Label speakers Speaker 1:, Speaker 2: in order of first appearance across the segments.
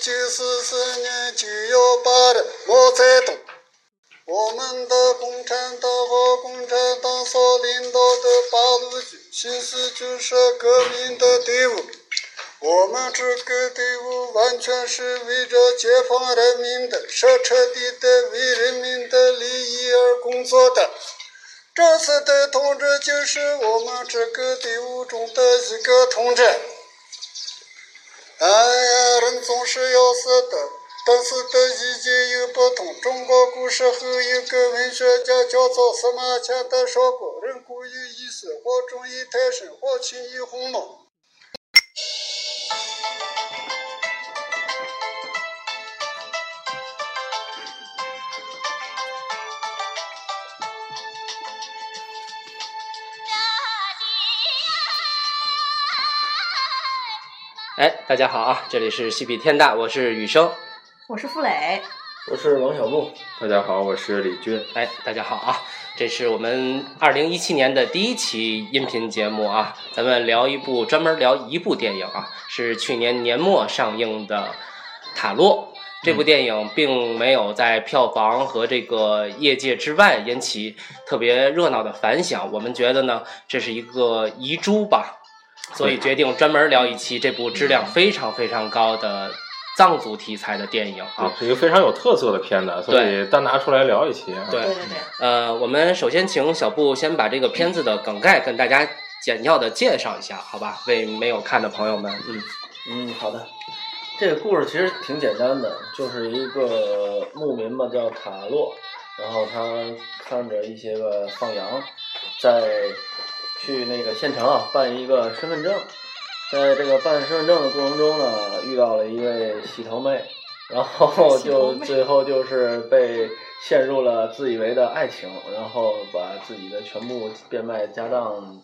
Speaker 1: 九四四年九幺八的毛泽东，我们的共产党和共产党所领导的八路军，其实就是革命的队伍。我们这个队伍完全是为着解放人民的，是彻底的为人民的利益而工作的。这次的同志就是我们这个队伍中的一个同志。哎呀，人总是要死的，但死的意义又不同。中国古时候有个文学家叫做司马迁，他说过：“人固有一死，或重于泰山，或轻于鸿毛。”
Speaker 2: 哎，大家好啊！这里是戏比天大，我是雨生。
Speaker 3: 我是傅磊，
Speaker 4: 我是王小璐，
Speaker 5: 大家好，我是李军。
Speaker 2: 哎，大家好啊！这是我们二零一七年的第一期音频节目啊，咱们聊一部专门聊一部电影啊，是去年年末上映的《塔洛》。这部电影并没有在票房和这个业界之外引起特别热闹的反响，我们觉得呢，这是一个遗珠吧，所以决定专门聊一期这部质量非常非常高的藏族题材的电影啊
Speaker 5: 啊，。是一个非常有特色的片子，所以单拿出来聊一期啊。
Speaker 2: 对
Speaker 3: 对对对，
Speaker 2: 呃，我们首先请小布先把这个片子的梗概跟大家简要的介绍一下，好吧？为没有看的朋友们，嗯，
Speaker 4: 嗯，好的。这个故事其实挺简单的，就是一个牧民嘛，叫塔洛，然后他看着一些个放羊，在去那个县城啊办一个身份证，在这个办身份证的过程中呢，遇到了一位洗头妹，然后
Speaker 3: 洗头
Speaker 4: 就
Speaker 3: 妹
Speaker 4: 最后就是被陷入了自以为的爱情，然后把自己的全部变卖家当，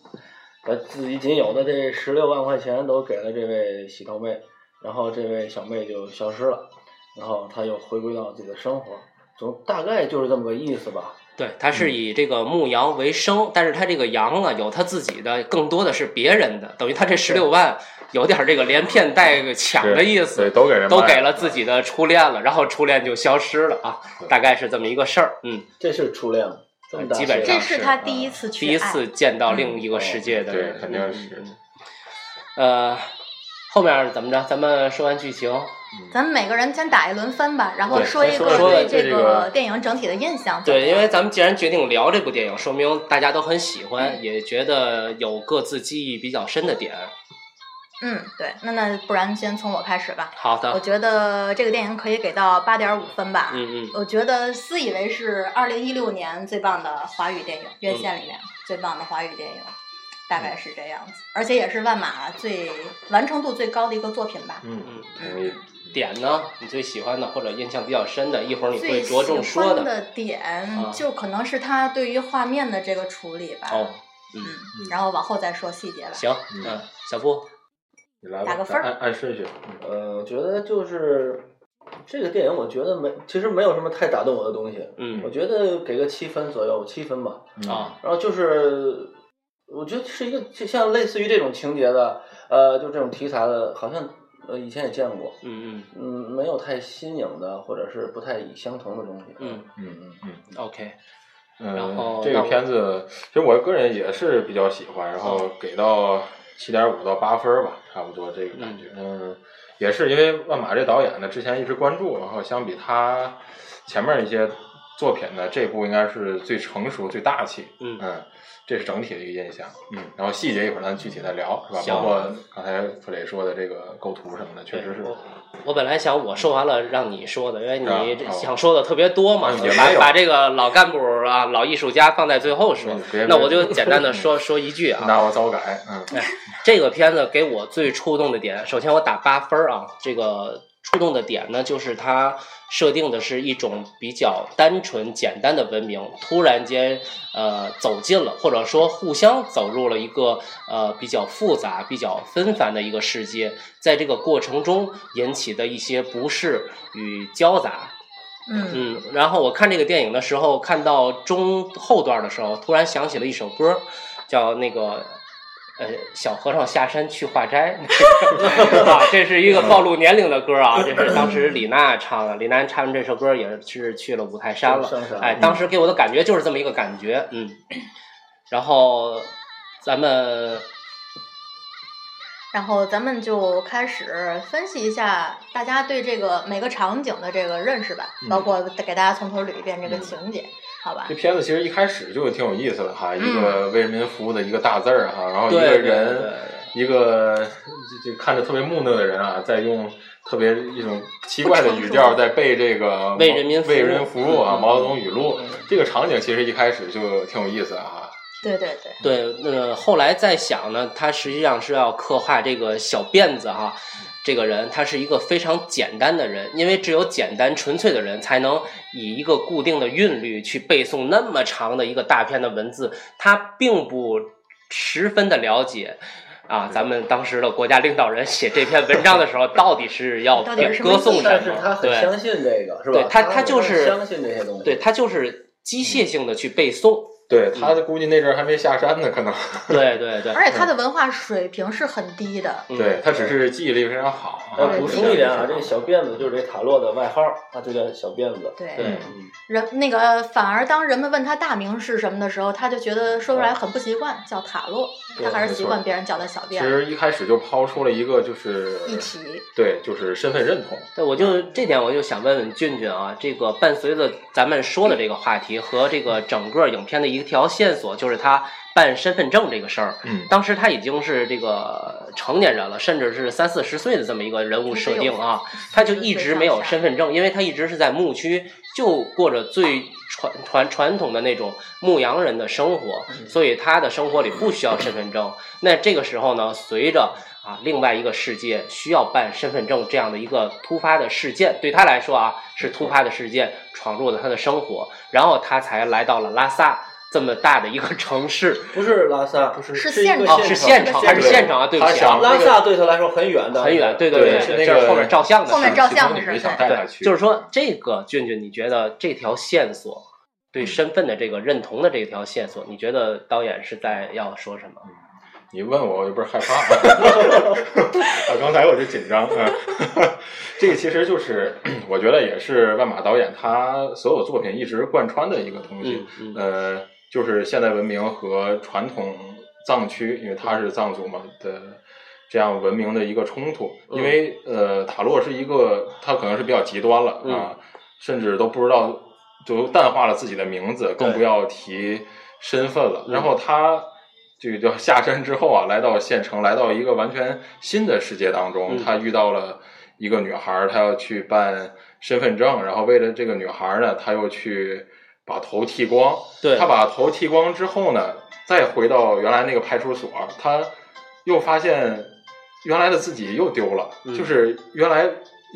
Speaker 4: 把自己仅有的这十六万块钱都给了这位洗头妹，然后这位小妹就消失了，然后她又回归到自己的生活，总大概就是这么个意思吧。
Speaker 2: 对，它
Speaker 5: 嗯
Speaker 2: 是以这个牧羊为生，但是它这个羊啊，有它自己的，更多的是别人的，等于它这十六万有点这个连骗带抢的意
Speaker 5: 对，
Speaker 2: 思，
Speaker 5: 都给人
Speaker 2: 都
Speaker 5: 卖
Speaker 2: 给了自己的初恋了，然后初恋就消失了啊，
Speaker 5: 对
Speaker 2: 大概是这么一个事儿，嗯，
Speaker 4: 这是初恋吗？这么大
Speaker 2: 基本上
Speaker 4: 岁数
Speaker 2: 嗯
Speaker 3: 这是他第一次去
Speaker 2: 第
Speaker 3: 爱
Speaker 2: 一次见到另一个世界的
Speaker 5: 对
Speaker 2: 人，，嗯
Speaker 5: 肯定是。
Speaker 2: 呃，后面怎么着？咱们说完剧情，
Speaker 3: 咱们每个人先打一轮分吧，然后
Speaker 2: 对
Speaker 3: 说一
Speaker 5: 先
Speaker 3: 个
Speaker 2: 说
Speaker 3: 对
Speaker 2: 说
Speaker 5: 这
Speaker 3: 个
Speaker 5: 个
Speaker 3: 电影整体的印象。
Speaker 2: 对，因为咱们既然决定聊这部电影，说明大家都很喜欢，也觉得有各自记忆比较深的点。
Speaker 3: 嗯，对，那那不然先从我开始吧。
Speaker 2: 好
Speaker 3: 我
Speaker 2: 的，
Speaker 3: 觉得这个电影可以给到八点五分
Speaker 2: 啊
Speaker 3: 吧。
Speaker 2: 嗯嗯，
Speaker 3: 我觉得自以为是二零一六年最棒的华语电影，院
Speaker 2: 嗯
Speaker 3: 线里面最棒的华语电影，大概是这样子，而且也是万马最完成度最高的一个作品吧。
Speaker 5: 嗯
Speaker 2: 嗯，
Speaker 5: 同意。
Speaker 2: 点呢？你最喜欢的或者印象比较深的，一会儿你
Speaker 3: 最
Speaker 2: 会
Speaker 3: 喜
Speaker 2: 着重说
Speaker 3: 欢的点
Speaker 2: 啊
Speaker 3: 就可能是他对于画面的这个处理吧。
Speaker 2: 哦，
Speaker 3: 嗯
Speaker 2: 嗯，，
Speaker 3: 然后往后再说细节吧。
Speaker 2: 行，
Speaker 5: 嗯
Speaker 2: 嗯，小布，
Speaker 5: 你来吧，
Speaker 3: 打个分儿
Speaker 5: 按按顺序。嗯
Speaker 4: 呃，我觉得就是这个电影，我觉得没，其实没有什么太打动我的东西。我
Speaker 2: 嗯
Speaker 4: 觉得给个七分左右，七分吧。
Speaker 5: 嗯
Speaker 2: 啊，
Speaker 4: 然后就是，我觉得是一个就像类似于这种情节的，呃，就这种题材的，好像呃以前也见过，
Speaker 2: 嗯
Speaker 4: 嗯，没有太新颖的，或者是不太相同的东西。
Speaker 2: 嗯
Speaker 5: 嗯嗯嗯。
Speaker 2: 嗯，OK，
Speaker 5: 嗯，
Speaker 2: 然后
Speaker 5: 这
Speaker 2: 那
Speaker 5: 个
Speaker 2: 我
Speaker 5: 片子，其实我个人也是比较喜欢，然
Speaker 2: 嗯
Speaker 5: 后给到七点五到八分儿吧，差不多这个感觉。嗯，也是因为万马这导演呢，之前一直关注，然后相比他前面一些作品呢，这部应该是最成熟、最大气。
Speaker 2: 嗯
Speaker 5: 嗯，这是整体的一个印象。嗯，然后细节一会儿咱具体再聊，是吧？
Speaker 2: 行
Speaker 5: 包括刚才傅磊说的这个构图什么的，确实是
Speaker 2: 对。我我本来想我说完了让你说的，因为
Speaker 5: 啊
Speaker 2: 你这
Speaker 5: 哦
Speaker 2: 想说的特别多嘛，
Speaker 5: 啊也没
Speaker 2: 把
Speaker 5: 有
Speaker 2: 把这个老干部啊、老艺术家放在最后说
Speaker 5: 嗯别。
Speaker 2: 那
Speaker 5: 别
Speaker 2: 我就简单的说 说一句啊，
Speaker 5: 那我糟改，嗯，
Speaker 2: 这个片子给我最触动的点，首先我打八分儿啊，这个触动的点呢，就是它设定的是一种比较单纯简单的文明，突然间呃走进了，或者说互相走入了一个呃比较复杂、比较纷繁的一个世界，在这个过程中引起的一些不适与交杂，
Speaker 3: 嗯，
Speaker 2: 嗯，然后我看这个电影的时候，看到中后段的时候，突然想起了一首歌，叫那个呃，小和尚下山去化斋， 啊，这是一个暴露年龄的歌啊，这是当时李娜唱的，李娜唱完这首歌也是去了五台山了，
Speaker 4: 上山
Speaker 2: 哎，当时给我的感觉就是这么一个感觉，嗯，然后咱们
Speaker 3: 然后咱们就开始分析一下大家对这个每个场景的这个认识吧，
Speaker 5: 嗯
Speaker 3: 包括给大家从头捋一遍这
Speaker 2: 嗯
Speaker 3: 个情节，好吧
Speaker 2: 啊
Speaker 5: 这？片子其实一开始就挺有意思的哈，
Speaker 3: 嗯
Speaker 5: 一个为人民服务的一个大字儿哈，然后一
Speaker 2: 对
Speaker 5: 个
Speaker 2: 对
Speaker 5: 人，
Speaker 2: 对对
Speaker 5: 一个这这看着特别木讷的人啊，在用特别一种奇怪的语调在背这个
Speaker 2: 为人民服务
Speaker 5: 为人民服务啊
Speaker 2: 嗯
Speaker 5: 毛泽东语录
Speaker 2: 嗯，
Speaker 5: 这个场景其实一开始就挺有意思啊，
Speaker 3: 对对对，
Speaker 2: 对，呃，后来再想呢，他实际上是要刻画这个小辫子哈，这个人他是一个非常简单的人，因为只有简单纯粹的人才能以一个固定的韵律去背诵那么长的一个大片的文字，他并不十分的了解。啊，咱们当时的国家领导人写这篇文章的时候，到底是要
Speaker 3: 到底是什么
Speaker 2: 歌颂
Speaker 3: 意思
Speaker 2: 什
Speaker 4: 但是他
Speaker 2: 么？
Speaker 4: 很
Speaker 2: 对，
Speaker 4: 相信这个，是吧？
Speaker 2: 对他他就是
Speaker 4: 相信这些东西。嗯
Speaker 2: 对，他就是机械性的去背诵。
Speaker 5: 对他估计那阵儿还没下山呢，可能，
Speaker 2: 对对对，
Speaker 3: 而且他的文化水平是很低的，
Speaker 2: 嗯
Speaker 5: 对他只是记忆力非常好啊。
Speaker 4: 呃，补充一点啊，
Speaker 5: 对
Speaker 4: 这个小辫子就是这塔洛的外号，他就叫小辫子。
Speaker 3: 对。
Speaker 2: 对
Speaker 4: 嗯，
Speaker 3: 人那个反而当人们问他大名是什么的时候，他就觉得说出来很不习惯，叫塔洛，他还是习惯别人叫他小
Speaker 5: 其
Speaker 3: 辫子。
Speaker 5: 实一开始就抛出了一个就是
Speaker 3: 一提，
Speaker 5: 对，就是身份认同。
Speaker 2: 对，我就这点，我就想问问俊俊啊，这个伴随着咱们说的这个话题和这个整个影片的一条线索，就是他办身份证这个事儿。
Speaker 5: 嗯，
Speaker 2: 当时他已经是这个成年人了，甚至是三四十岁的这么一个人
Speaker 3: 嗯
Speaker 2: 物设定啊，他就一直没有身份证，因为他一直是在牧区，就过着最传传传统的那种牧羊人的生活，所以他的生活里不需要身份证。那这个时候呢，随着啊另外一个世界需要办身份证这样的一个突发的事件，对他来说啊是突发的事件闯入了他的生活，然后他才来到了拉萨这么大的一个城 市。
Speaker 4: 不是拉萨，不是
Speaker 3: 是
Speaker 4: 一
Speaker 3: 县
Speaker 4: 个
Speaker 3: 城
Speaker 2: 哦，是
Speaker 4: 县
Speaker 2: 县
Speaker 4: 城
Speaker 2: 城，还是县城啊？对不
Speaker 5: 他
Speaker 2: 起啊
Speaker 5: 想，
Speaker 4: 拉萨对他来说很远的，
Speaker 2: 很远，对
Speaker 5: 对
Speaker 2: 对，
Speaker 5: 是那
Speaker 2: 这
Speaker 5: 个
Speaker 2: 是后面照相的
Speaker 3: 后面
Speaker 2: 事
Speaker 3: 照相的
Speaker 5: 的
Speaker 3: 事儿
Speaker 5: 想带他
Speaker 2: 对，
Speaker 5: 去，
Speaker 2: 就是说这个俊俊，你觉得这条线索对身份的这个认同的这条线索，你觉得导演是在要说什么？
Speaker 5: 你问我，我就不是害怕了。啊，刚才我就紧张。嗯，这个其实就是，我觉得也是万马导演他所有作品一直贯穿的一个东西
Speaker 2: 嗯。嗯
Speaker 5: 呃，就是现代文明和传统藏区，因为他是藏族嘛的这样文明的一个冲突。
Speaker 2: 嗯
Speaker 5: 因为呃，塔洛是一个，他可能是比较极端了啊。
Speaker 2: 嗯
Speaker 5: 甚至都不知道，就淡化了自己的名字，更
Speaker 2: 对
Speaker 5: 不要提身份了。
Speaker 2: 嗯
Speaker 5: 然后他这个叫下山之后啊，来到县城，来到一个完全新的世界当中，
Speaker 2: 嗯
Speaker 5: 他遇到了一个女孩儿，他要去办身份证，然后为了这个女孩儿呢，他又去把头剃光。
Speaker 2: 对
Speaker 5: 他把头剃光之后呢，再回到原来那个派出所，他又发现原来的自己又丢了，
Speaker 2: 嗯
Speaker 5: 就是原来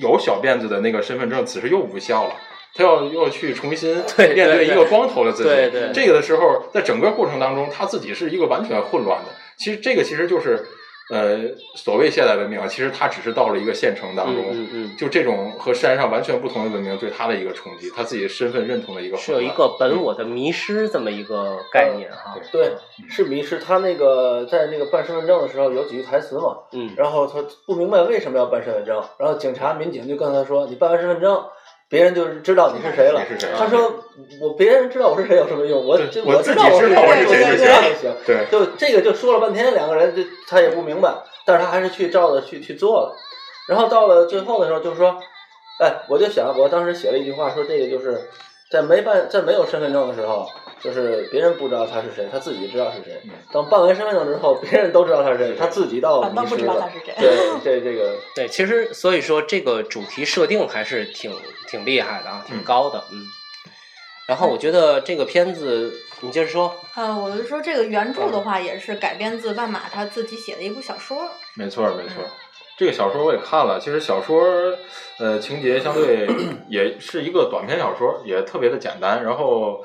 Speaker 5: 有小辫子的那个身份证，此时又无效了。他要要去重新
Speaker 2: 对
Speaker 5: 面
Speaker 2: 对
Speaker 5: 一个光头的自己，
Speaker 2: 对对
Speaker 5: 这个的时候，在整个过程当中，他自己是一个完全混乱的。其实这个其实就是，呃，所谓现代文明啊，其实他只是到了一个县城当中，
Speaker 2: 嗯嗯
Speaker 5: 就这种和山上完全不同的文明对他的一个冲击，他自己身份认同的一个
Speaker 2: 嗯，是
Speaker 5: 混
Speaker 2: 有
Speaker 5: 乱
Speaker 2: 一个本我的迷失这么一个概念哈。
Speaker 4: 对，是迷失。他那个在那个办身份证的时候有几句台词嘛，
Speaker 2: 嗯，
Speaker 4: 然后他不明白为什么要办身份证，然后警察民警就跟他说：“你办完身份证，别人就知道你是谁了。
Speaker 5: 你是谁”了
Speaker 4: 他说：“我别人知道我是谁有什么用？我
Speaker 5: 对
Speaker 4: 这
Speaker 5: 我自
Speaker 4: 知
Speaker 5: 己
Speaker 4: 道我
Speaker 5: 知
Speaker 4: 是
Speaker 5: 道
Speaker 3: 我是谁
Speaker 4: 我
Speaker 3: 就
Speaker 4: 知道
Speaker 5: 行
Speaker 4: 就行。”
Speaker 5: 对
Speaker 4: 就这个就说了半天，两个人就他也不明白，但是他还是去照着去去做了。然后到了最后的时候，就说，哎，我就想，我当时写了一句话，说这个就是在没办在没有身份证的时候，就是别人不知道他是谁，他自己知道是谁
Speaker 5: 嗯。
Speaker 4: 等办完身份证之后，别人都知道他是谁，他自己倒
Speaker 3: 反倒啊不知
Speaker 4: 迷失
Speaker 3: 道他
Speaker 4: 了。
Speaker 3: 是谁。
Speaker 4: 对，这这 个
Speaker 2: 对，其实所以说这个主题设定还是挺挺厉害的啊，挺
Speaker 5: 嗯
Speaker 2: 高的，嗯。然后我觉得这个片子，你接着说，
Speaker 3: 呃，我就说这个原著的
Speaker 5: 嗯
Speaker 3: 话，也是改编自万马他自己写的一部小说。
Speaker 5: 没错，没错。这个小说我也看了，其实小说，呃，情节 相对也是一个短篇小说，也特别的简单。然后，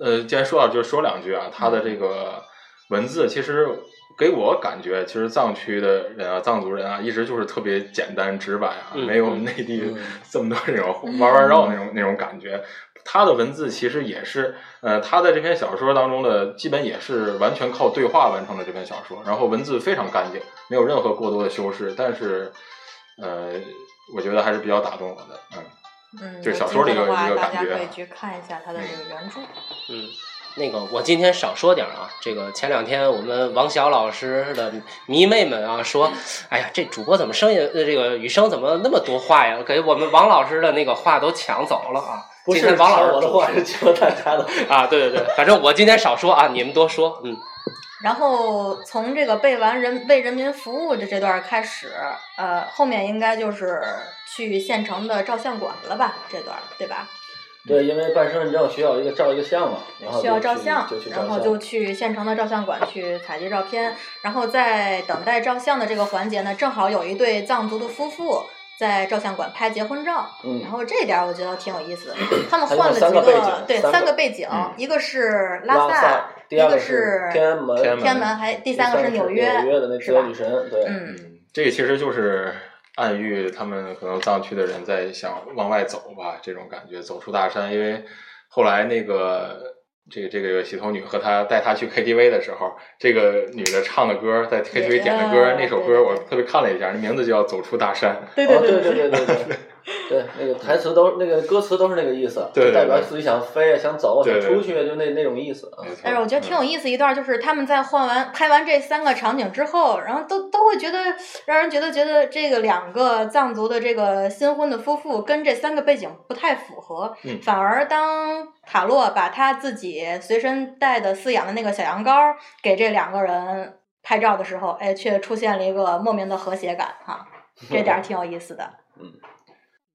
Speaker 5: 呃，既然说到，就说两句啊，它的这个文字其实给我感觉，其实藏区的人啊，藏族人啊，一直就是特别简单直白啊，
Speaker 2: 嗯
Speaker 5: 没有我们内地
Speaker 4: 嗯
Speaker 5: 这么多这种弯弯绕那种、那种感觉。他的文字其实也是，呃，他在这篇小说当中的基本也是完全靠对话完成了这篇小说，然后文字非常干净，没有任何过多的修饰，但是，呃，我觉得还是比较打动我的，嗯。
Speaker 3: 嗯，
Speaker 5: 就是
Speaker 3: 有
Speaker 5: 小
Speaker 3: 机
Speaker 5: 说
Speaker 3: 会
Speaker 5: 里有
Speaker 3: 的话，
Speaker 5: 一个
Speaker 3: 大
Speaker 5: 感
Speaker 3: 家
Speaker 5: 觉
Speaker 3: 可以
Speaker 5: 啊
Speaker 3: 去看一下它的这个原著。
Speaker 2: 嗯，那个我今天少说点儿啊。这个前两天我们王晓老师的迷妹们啊说，哎呀，这主播怎么声音呃这个雨声怎么那么多话呀？给我们王老师的那个话都抢走了啊！
Speaker 4: 不
Speaker 2: 今
Speaker 4: 是
Speaker 2: 天王老师
Speaker 4: 抢我的话，是抢大家的。
Speaker 2: 啊，对对对，反正我今天少说啊，你们多说，嗯
Speaker 3: 然后从这个背完人为人民服务的这段开始，呃，后面应该就是去县城的照相馆了吧？这段对吧？
Speaker 4: 对，因为办身份证需要一个照一个相嘛，然后
Speaker 3: 需要
Speaker 4: 就
Speaker 3: 照
Speaker 4: 去
Speaker 3: 相
Speaker 4: 就去，照
Speaker 3: 然后
Speaker 4: 相
Speaker 3: 就去县城的照相馆去采集照片，然后在等待照相的这个环节呢，正好有一对藏族的夫妇在照相馆拍结婚照，
Speaker 4: 嗯
Speaker 3: 然后这点儿我觉得挺有意思的，他们
Speaker 4: 他用
Speaker 3: 换了几
Speaker 4: 三个背景
Speaker 3: 对
Speaker 4: 三
Speaker 3: 三
Speaker 4: 个
Speaker 3: 个背景
Speaker 5: 嗯，
Speaker 3: 一个是
Speaker 4: 拉
Speaker 3: 萨，
Speaker 4: 第二
Speaker 3: 一个
Speaker 4: 是
Speaker 3: 是
Speaker 4: 天安门，
Speaker 5: 天安
Speaker 3: 天安门，还第三个是纽
Speaker 4: 约，
Speaker 3: 约，
Speaker 4: 的那自
Speaker 3: 是
Speaker 4: 由
Speaker 3: 吧
Speaker 4: 女神，对，
Speaker 3: 嗯。
Speaker 5: 嗯，这个其实就是暗喻他们可能藏区的人在想往外走吧，这种感觉，走出大山。因为后来那个这个这个洗头女和她带她去 KTV 的时候，这个女的唱的歌，在 KTV 点的歌，
Speaker 3: 也啊
Speaker 5: 那首
Speaker 3: 对对对
Speaker 5: 歌我特别看了一下，那名字就叫《走出大山》。
Speaker 3: 对
Speaker 4: 哦，
Speaker 3: 对
Speaker 4: 对对对对对对，那个台词都是那个歌词都是那个意思，
Speaker 5: 对对
Speaker 4: 就代表
Speaker 5: 对
Speaker 4: 自己想飞啊，想走啊，想
Speaker 5: 对对
Speaker 4: 出去啊，就那那种意思啊。
Speaker 5: 没错嗯
Speaker 3: 但哎是我觉得挺有意思一段，就是他们在换完拍完这三个场景之后，然后都都会觉得让人觉得觉得这个两个藏族的这个新婚的夫妇跟这三个背景不太符合，
Speaker 5: 嗯
Speaker 3: 反而当塔洛把他自己随身带的饲养的那个小羊羔给这两个人拍照的时候，哎，却出现了一个莫名的和谐感哈，这 点儿挺有意思的。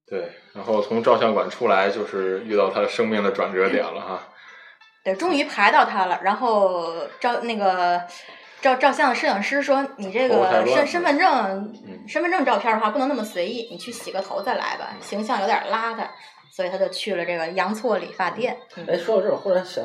Speaker 5: 对，然后从照相馆出来，就是遇到她生命的转折点了哈。
Speaker 3: 对，终于排到他了。然后照那个照照相的摄影师说：“你这
Speaker 5: 头发太
Speaker 3: 个
Speaker 5: 乱了
Speaker 3: 身身份证、
Speaker 5: 嗯
Speaker 3: 身份证照片的话，不能那么随意，你去洗个头再来
Speaker 4: 嗯
Speaker 3: 吧，形象有点邋遢。”所以他就去了这个洋错理发店。嗯
Speaker 4: 哎，说到这儿，忽然想，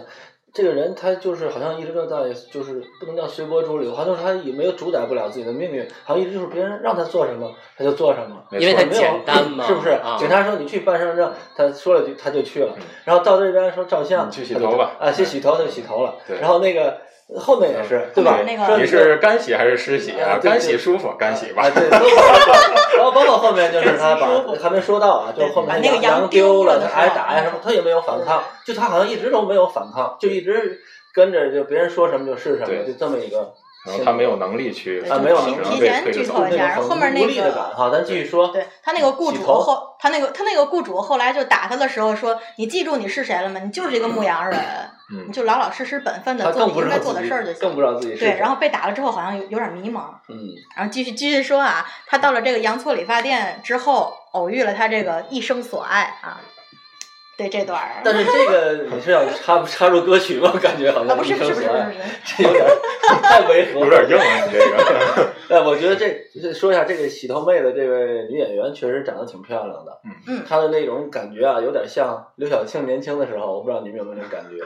Speaker 4: 这个人他就是好像一直都在，就是不能叫随波逐流，好像就是他也没有主宰不了自己的命运，好像一直就是别人让他做什么他就做什么。
Speaker 5: 没
Speaker 2: 因为
Speaker 5: 错
Speaker 2: 他
Speaker 4: 没有
Speaker 2: 简单嘛
Speaker 4: 是不是？
Speaker 2: 啊
Speaker 4: 警察说你去办身份证，他说了句他就去了
Speaker 5: 嗯，
Speaker 4: 然后到这边说照相，
Speaker 5: 你去洗
Speaker 4: 他就
Speaker 5: 头吧嗯
Speaker 4: 啊，去洗头他就洗头了，
Speaker 5: 对
Speaker 4: 然后那个后面嗯也是，对吧？
Speaker 3: 面那个
Speaker 4: 说
Speaker 5: 你
Speaker 4: 你
Speaker 5: 是干洗还是湿洗啊？
Speaker 4: 啊对对
Speaker 5: 干洗舒服，干洗吧
Speaker 4: 啊，。对，都有然后包括后面就是他把还没说到啊，就是后
Speaker 3: 把
Speaker 4: 面
Speaker 3: 那个
Speaker 4: 羊
Speaker 3: 羊丢
Speaker 4: 了，
Speaker 3: 了嗯
Speaker 4: 他
Speaker 3: 的时候
Speaker 4: 挨打呀什么，他也没有反抗，就他好像一直都没有反抗，就一直跟着就别人说什么就是什么，
Speaker 5: 对
Speaker 4: 就这么一个
Speaker 5: 然后他没有能力去
Speaker 3: 对
Speaker 4: 啊没有
Speaker 5: 只
Speaker 4: 能力
Speaker 5: 能
Speaker 4: 提
Speaker 5: 被
Speaker 3: 前
Speaker 5: 推着
Speaker 3: 剧
Speaker 5: 走
Speaker 3: 透一
Speaker 4: 那
Speaker 3: 下
Speaker 4: 种
Speaker 3: 然后后面
Speaker 4: 很
Speaker 3: 那
Speaker 4: 无力的
Speaker 3: 个
Speaker 4: 感哈。咱继续说，
Speaker 3: 对他那个雇
Speaker 4: 嗯洗
Speaker 3: 主
Speaker 4: 头
Speaker 3: 后，他那个他那个雇主后来就打他的时候说：“你记住你是谁了吗？你就是一个牧羊人，
Speaker 5: 嗯
Speaker 3: 你就老老实实本分
Speaker 4: 他
Speaker 3: 的做
Speaker 4: 更
Speaker 3: 你
Speaker 4: 不知
Speaker 3: 应
Speaker 4: 道
Speaker 3: 该做
Speaker 4: 自
Speaker 3: 的
Speaker 4: 己
Speaker 3: 事儿就，行。
Speaker 4: 更不”知道自己是
Speaker 3: 对，
Speaker 4: 谁。
Speaker 3: 然后被打了之后好像有有点迷茫。
Speaker 4: 嗯，
Speaker 3: 然后继续继续说啊，他到了这个洋错理发店之后，偶遇了他这个一生所爱啊。对这段儿，
Speaker 4: 但是这个 你是要插插入歌曲吗？感觉好
Speaker 3: 啊
Speaker 4: 像
Speaker 3: 不是
Speaker 4: 一
Speaker 3: 不是
Speaker 4: 生
Speaker 3: 不是
Speaker 4: 所
Speaker 3: 不
Speaker 4: 爱
Speaker 3: 是不是，
Speaker 4: 这有点太违和了，
Speaker 5: 有点硬啊，你这个。
Speaker 4: 哎，我觉得这这说一下这个洗头妹的这位女演员，确实长得挺漂亮的。
Speaker 5: 嗯
Speaker 3: 嗯
Speaker 4: 她的那种感觉啊，有点像刘晓庆年轻的时候，我不知道你们有没有那种感觉。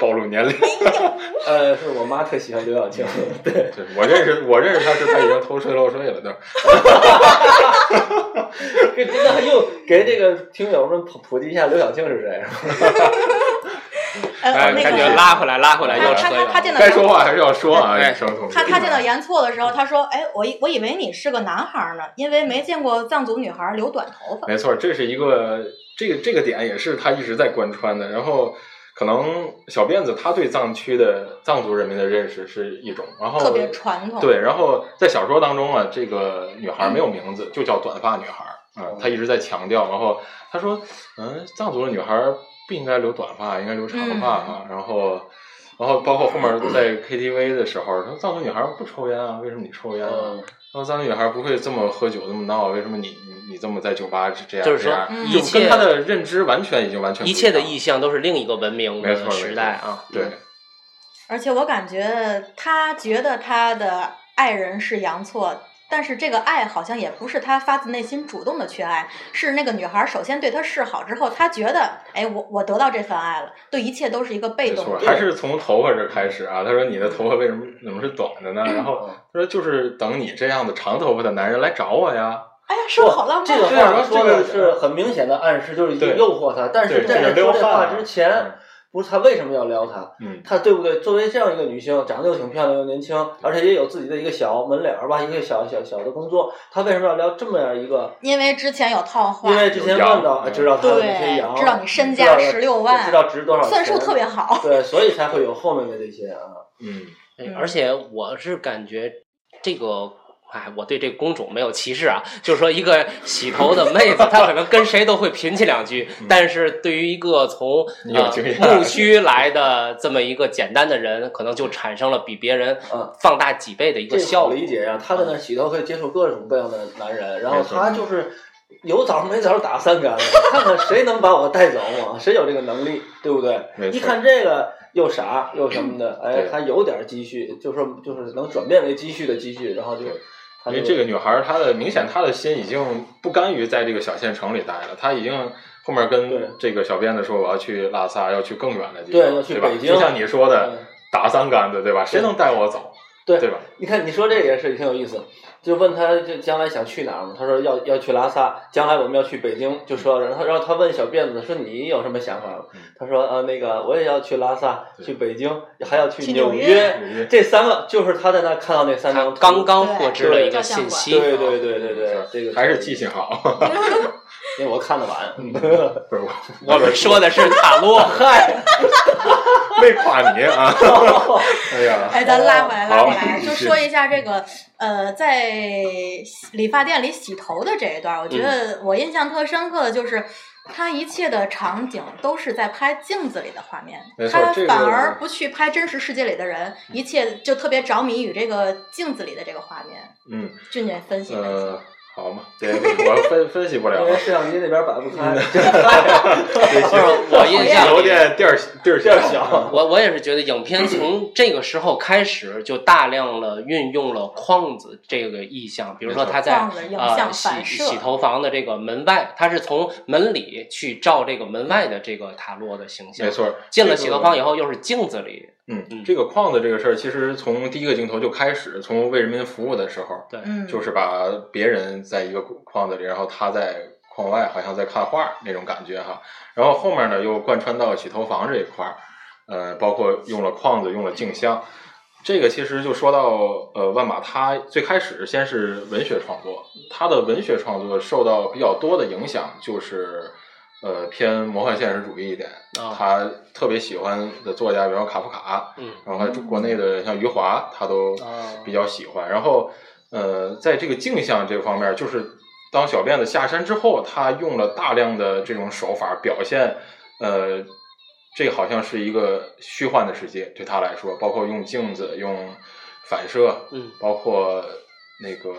Speaker 5: 暴露年龄，
Speaker 3: 嗯
Speaker 4: 呃，是我妈特喜欢刘晓庆，对，
Speaker 5: 对我认识我认识他是他已经偷税漏税了，对吧？
Speaker 4: 给真的又给这个听友们普普及一下刘晓庆是谁。
Speaker 3: 呃
Speaker 2: 哎，
Speaker 3: 那
Speaker 2: 感觉
Speaker 3: 个
Speaker 2: 拉回来，拉回来
Speaker 5: 哎
Speaker 2: 又
Speaker 3: 他
Speaker 2: 扯远
Speaker 3: 他他见
Speaker 2: 了。
Speaker 3: 到
Speaker 5: 该说话还是要说啊，
Speaker 2: 哎
Speaker 5: 女生同志。
Speaker 3: 他他见到杨错的时候，他说：“哎，我以我以为你是个男孩儿呢，因为没见过藏族女孩儿留短头发。
Speaker 5: 没错，这是一个这个这个点也是他一直在贯穿的。然后可能小辫子他对藏区的藏族人民的认识是一种，然”后
Speaker 3: 特别传统，
Speaker 5: 对，然后在小说当中啊，这个女孩没有名字，就叫短发女孩儿啊
Speaker 4: 嗯。
Speaker 5: 她一直在强调，然后她说，嗯，藏族的女孩儿不应该留短发，应该留长发啊。然后，然后包括后面在 KTV 的时候，说藏族女孩儿不抽烟啊，为什么你抽烟啊？
Speaker 4: 嗯，
Speaker 5: 然后藏族女孩儿不会这么喝酒这么闹，为什么你你你这么在酒吧这样
Speaker 2: 就是说
Speaker 5: 这样
Speaker 3: 嗯
Speaker 2: 一
Speaker 5: 就跟
Speaker 2: 切
Speaker 5: 她的认知完全已经完全不
Speaker 2: 一切的
Speaker 5: 样
Speaker 2: 意象都是另一个文明
Speaker 5: 没错
Speaker 2: 的
Speaker 5: 没
Speaker 2: 时
Speaker 5: 错
Speaker 2: 代啊。
Speaker 5: 对。
Speaker 3: 而且我感觉他觉得他的爱人是杨错，但是这个爱好像也不是他发自内心主动的去爱，是那个女孩首先对他示好之后，他觉得，哎，我我得到这份爱了，对一切都是一个被
Speaker 5: 没
Speaker 3: 动
Speaker 5: 错，
Speaker 3: 的。
Speaker 5: 还是从头发这儿开始啊。他说你的头发为什么怎么是短的呢？然
Speaker 4: 嗯
Speaker 5: 后他说就是等你这样的长头发的男人来找我呀。
Speaker 3: 哎呀，说的好浪漫。
Speaker 4: 这个
Speaker 5: 对啊
Speaker 4: 话说
Speaker 5: 这
Speaker 4: 的
Speaker 5: 个
Speaker 4: 是很明显的暗示，就是
Speaker 5: 对
Speaker 4: 诱惑他。但是
Speaker 5: 对
Speaker 4: 在
Speaker 5: 这
Speaker 4: 他
Speaker 5: 个撩
Speaker 4: 说这话
Speaker 5: 汉啊
Speaker 4: 之前，不是他为什么要撩他？
Speaker 5: 嗯，
Speaker 4: 她对不对？作为这样一个女性，长得又挺漂亮又年轻，而且也有自己的一个小门脸儿吧，一个小小小的工作，她为什么要撩这么样一个？
Speaker 3: 因为之前有套话，
Speaker 4: 因为之前问到，
Speaker 5: 有羊
Speaker 4: 知道她的那些
Speaker 3: 对
Speaker 4: 羊，，
Speaker 3: 知道你身价十六万，
Speaker 4: 知道值多少钱，
Speaker 3: 算术特别好。
Speaker 4: 对，所以才会有后面的这些啊。
Speaker 5: 嗯，
Speaker 2: 哎
Speaker 3: 嗯
Speaker 2: 而且我是感觉这个。哎，我对这个公主没有歧视啊，就是说一个洗头的妹子，她可能跟谁都会贫气两句，
Speaker 4: 嗯
Speaker 2: 但是对于一个从
Speaker 5: 你有
Speaker 2: 呃
Speaker 5: 经验
Speaker 2: 牧区来的这么一个简单的人，可能就产生了比别人
Speaker 4: 嗯
Speaker 2: 放大几倍的一
Speaker 4: 这
Speaker 2: 个
Speaker 4: 个
Speaker 2: 效
Speaker 4: 好
Speaker 2: 率。
Speaker 4: 理解呀、她在那儿洗头可以接触各种各样的男人，然后
Speaker 5: 没错
Speaker 4: 她就是有枣没枣打三竿子，看看谁能把我带走嘛，谁有这个能力，对不对？
Speaker 5: 没
Speaker 4: 一
Speaker 5: 错。
Speaker 4: 看这个又傻又什么的，哎
Speaker 5: 对，
Speaker 4: 他有点积蓄，就是就是能转变为积蓄的积蓄，然后就
Speaker 5: 对
Speaker 4: 他
Speaker 5: 因
Speaker 4: 就
Speaker 5: 为这个女孩儿，她的明显她的心已经不甘于在这个小县城里待了，她已经后
Speaker 4: 对
Speaker 5: 面跟这个小辫子说我要去拉萨，要去更远的地方，
Speaker 4: 对
Speaker 5: 对
Speaker 4: 要去
Speaker 5: 吧
Speaker 4: 北京
Speaker 5: 就像你说的，
Speaker 4: 嗯
Speaker 5: 打三竿子，对吧？谁能带我走？
Speaker 4: 对
Speaker 5: 对吧？
Speaker 4: 你看你说这个也是挺有意思，就问他这将来想去哪儿嘛？他说要要去拉萨，将来我们要去北京，就说然后然后他问小辫子说你有什么想法吗
Speaker 5: 嗯？
Speaker 4: 他说呃那个我也要去拉萨，
Speaker 5: 对
Speaker 4: 去北京，还要去
Speaker 3: 去纽
Speaker 4: 纽
Speaker 3: 约
Speaker 4: 约，
Speaker 5: 纽约
Speaker 4: 这三个就是他在那儿看到那三
Speaker 2: 嗯她
Speaker 4: 张
Speaker 2: 刚
Speaker 4: 图
Speaker 2: 刚获知了一个
Speaker 3: 对
Speaker 2: 信息，
Speaker 4: 对对对对对，这个
Speaker 5: 哦还是记性嗯好，
Speaker 4: 因为我看得晚，
Speaker 5: 不是我
Speaker 2: 我们说的是塔 罗，嗨，
Speaker 5: 没夸你啊！ 哎 呀，
Speaker 3: 哎，咱拉回来，拉回来，
Speaker 5: 好
Speaker 3: 就说一下这个呃，在理发店里洗头的这一段，
Speaker 5: 嗯
Speaker 3: 我觉得我印象特深刻的就是。他一切的场景都是在拍镜子里的画面
Speaker 5: 没，错
Speaker 3: 他
Speaker 5: 这个
Speaker 3: 反而不去拍真实世界里的人，一切就特别着迷于这个镜子里的这个画面。
Speaker 5: 嗯
Speaker 3: 俊俊分析分析，
Speaker 5: 呃，好嘛，对，我分分析不了啊
Speaker 4: 因，为摄像机那边摆不开，
Speaker 5: 嗯
Speaker 4: 对
Speaker 2: 不是哦我印象
Speaker 5: 有
Speaker 2: 里。
Speaker 5: 点地儿地儿嗯
Speaker 4: 这样想，
Speaker 2: 我我也是觉得影片从这个时候开始就大量了运用了框子这个意象，比如说他在
Speaker 3: 框子影像
Speaker 2: 呃
Speaker 3: 反
Speaker 2: 洗
Speaker 3: 射
Speaker 2: 洗头房的这个门外，他是从门里去照这个门外的这个塔洛的形象。
Speaker 5: 没，错，
Speaker 2: 进了洗头房以后又是镜子里，嗯
Speaker 5: 嗯，这个框子这个事儿，其实从第一个镜头就开始，从为人民服务的时候，
Speaker 3: 嗯，
Speaker 5: 就是把别人在一个框子里，然后他在框外，好像在看画那种感觉哈。然后后面呢，又贯穿到洗头房这一块儿，呃，包括用了框子，用了镜像。这个其实就说到，呃，万马他最开始先是文学创作，他的文学创作受到比较多的影响，就是呃偏魔幻现实主义一点。
Speaker 2: 啊
Speaker 5: 他特别喜欢的作家，比如说卡夫卡，
Speaker 2: 嗯
Speaker 5: 然后还有国内的像余华，他都
Speaker 2: 啊
Speaker 5: 比较喜欢。然后，呃，在这个镜像这方面，就是当小辫子下山之后，他用了大量的这种手法表现，呃，这好像是一个虚幻的世界，对他来说，包括用镜子、用反射，
Speaker 2: 嗯，
Speaker 5: 包括那个，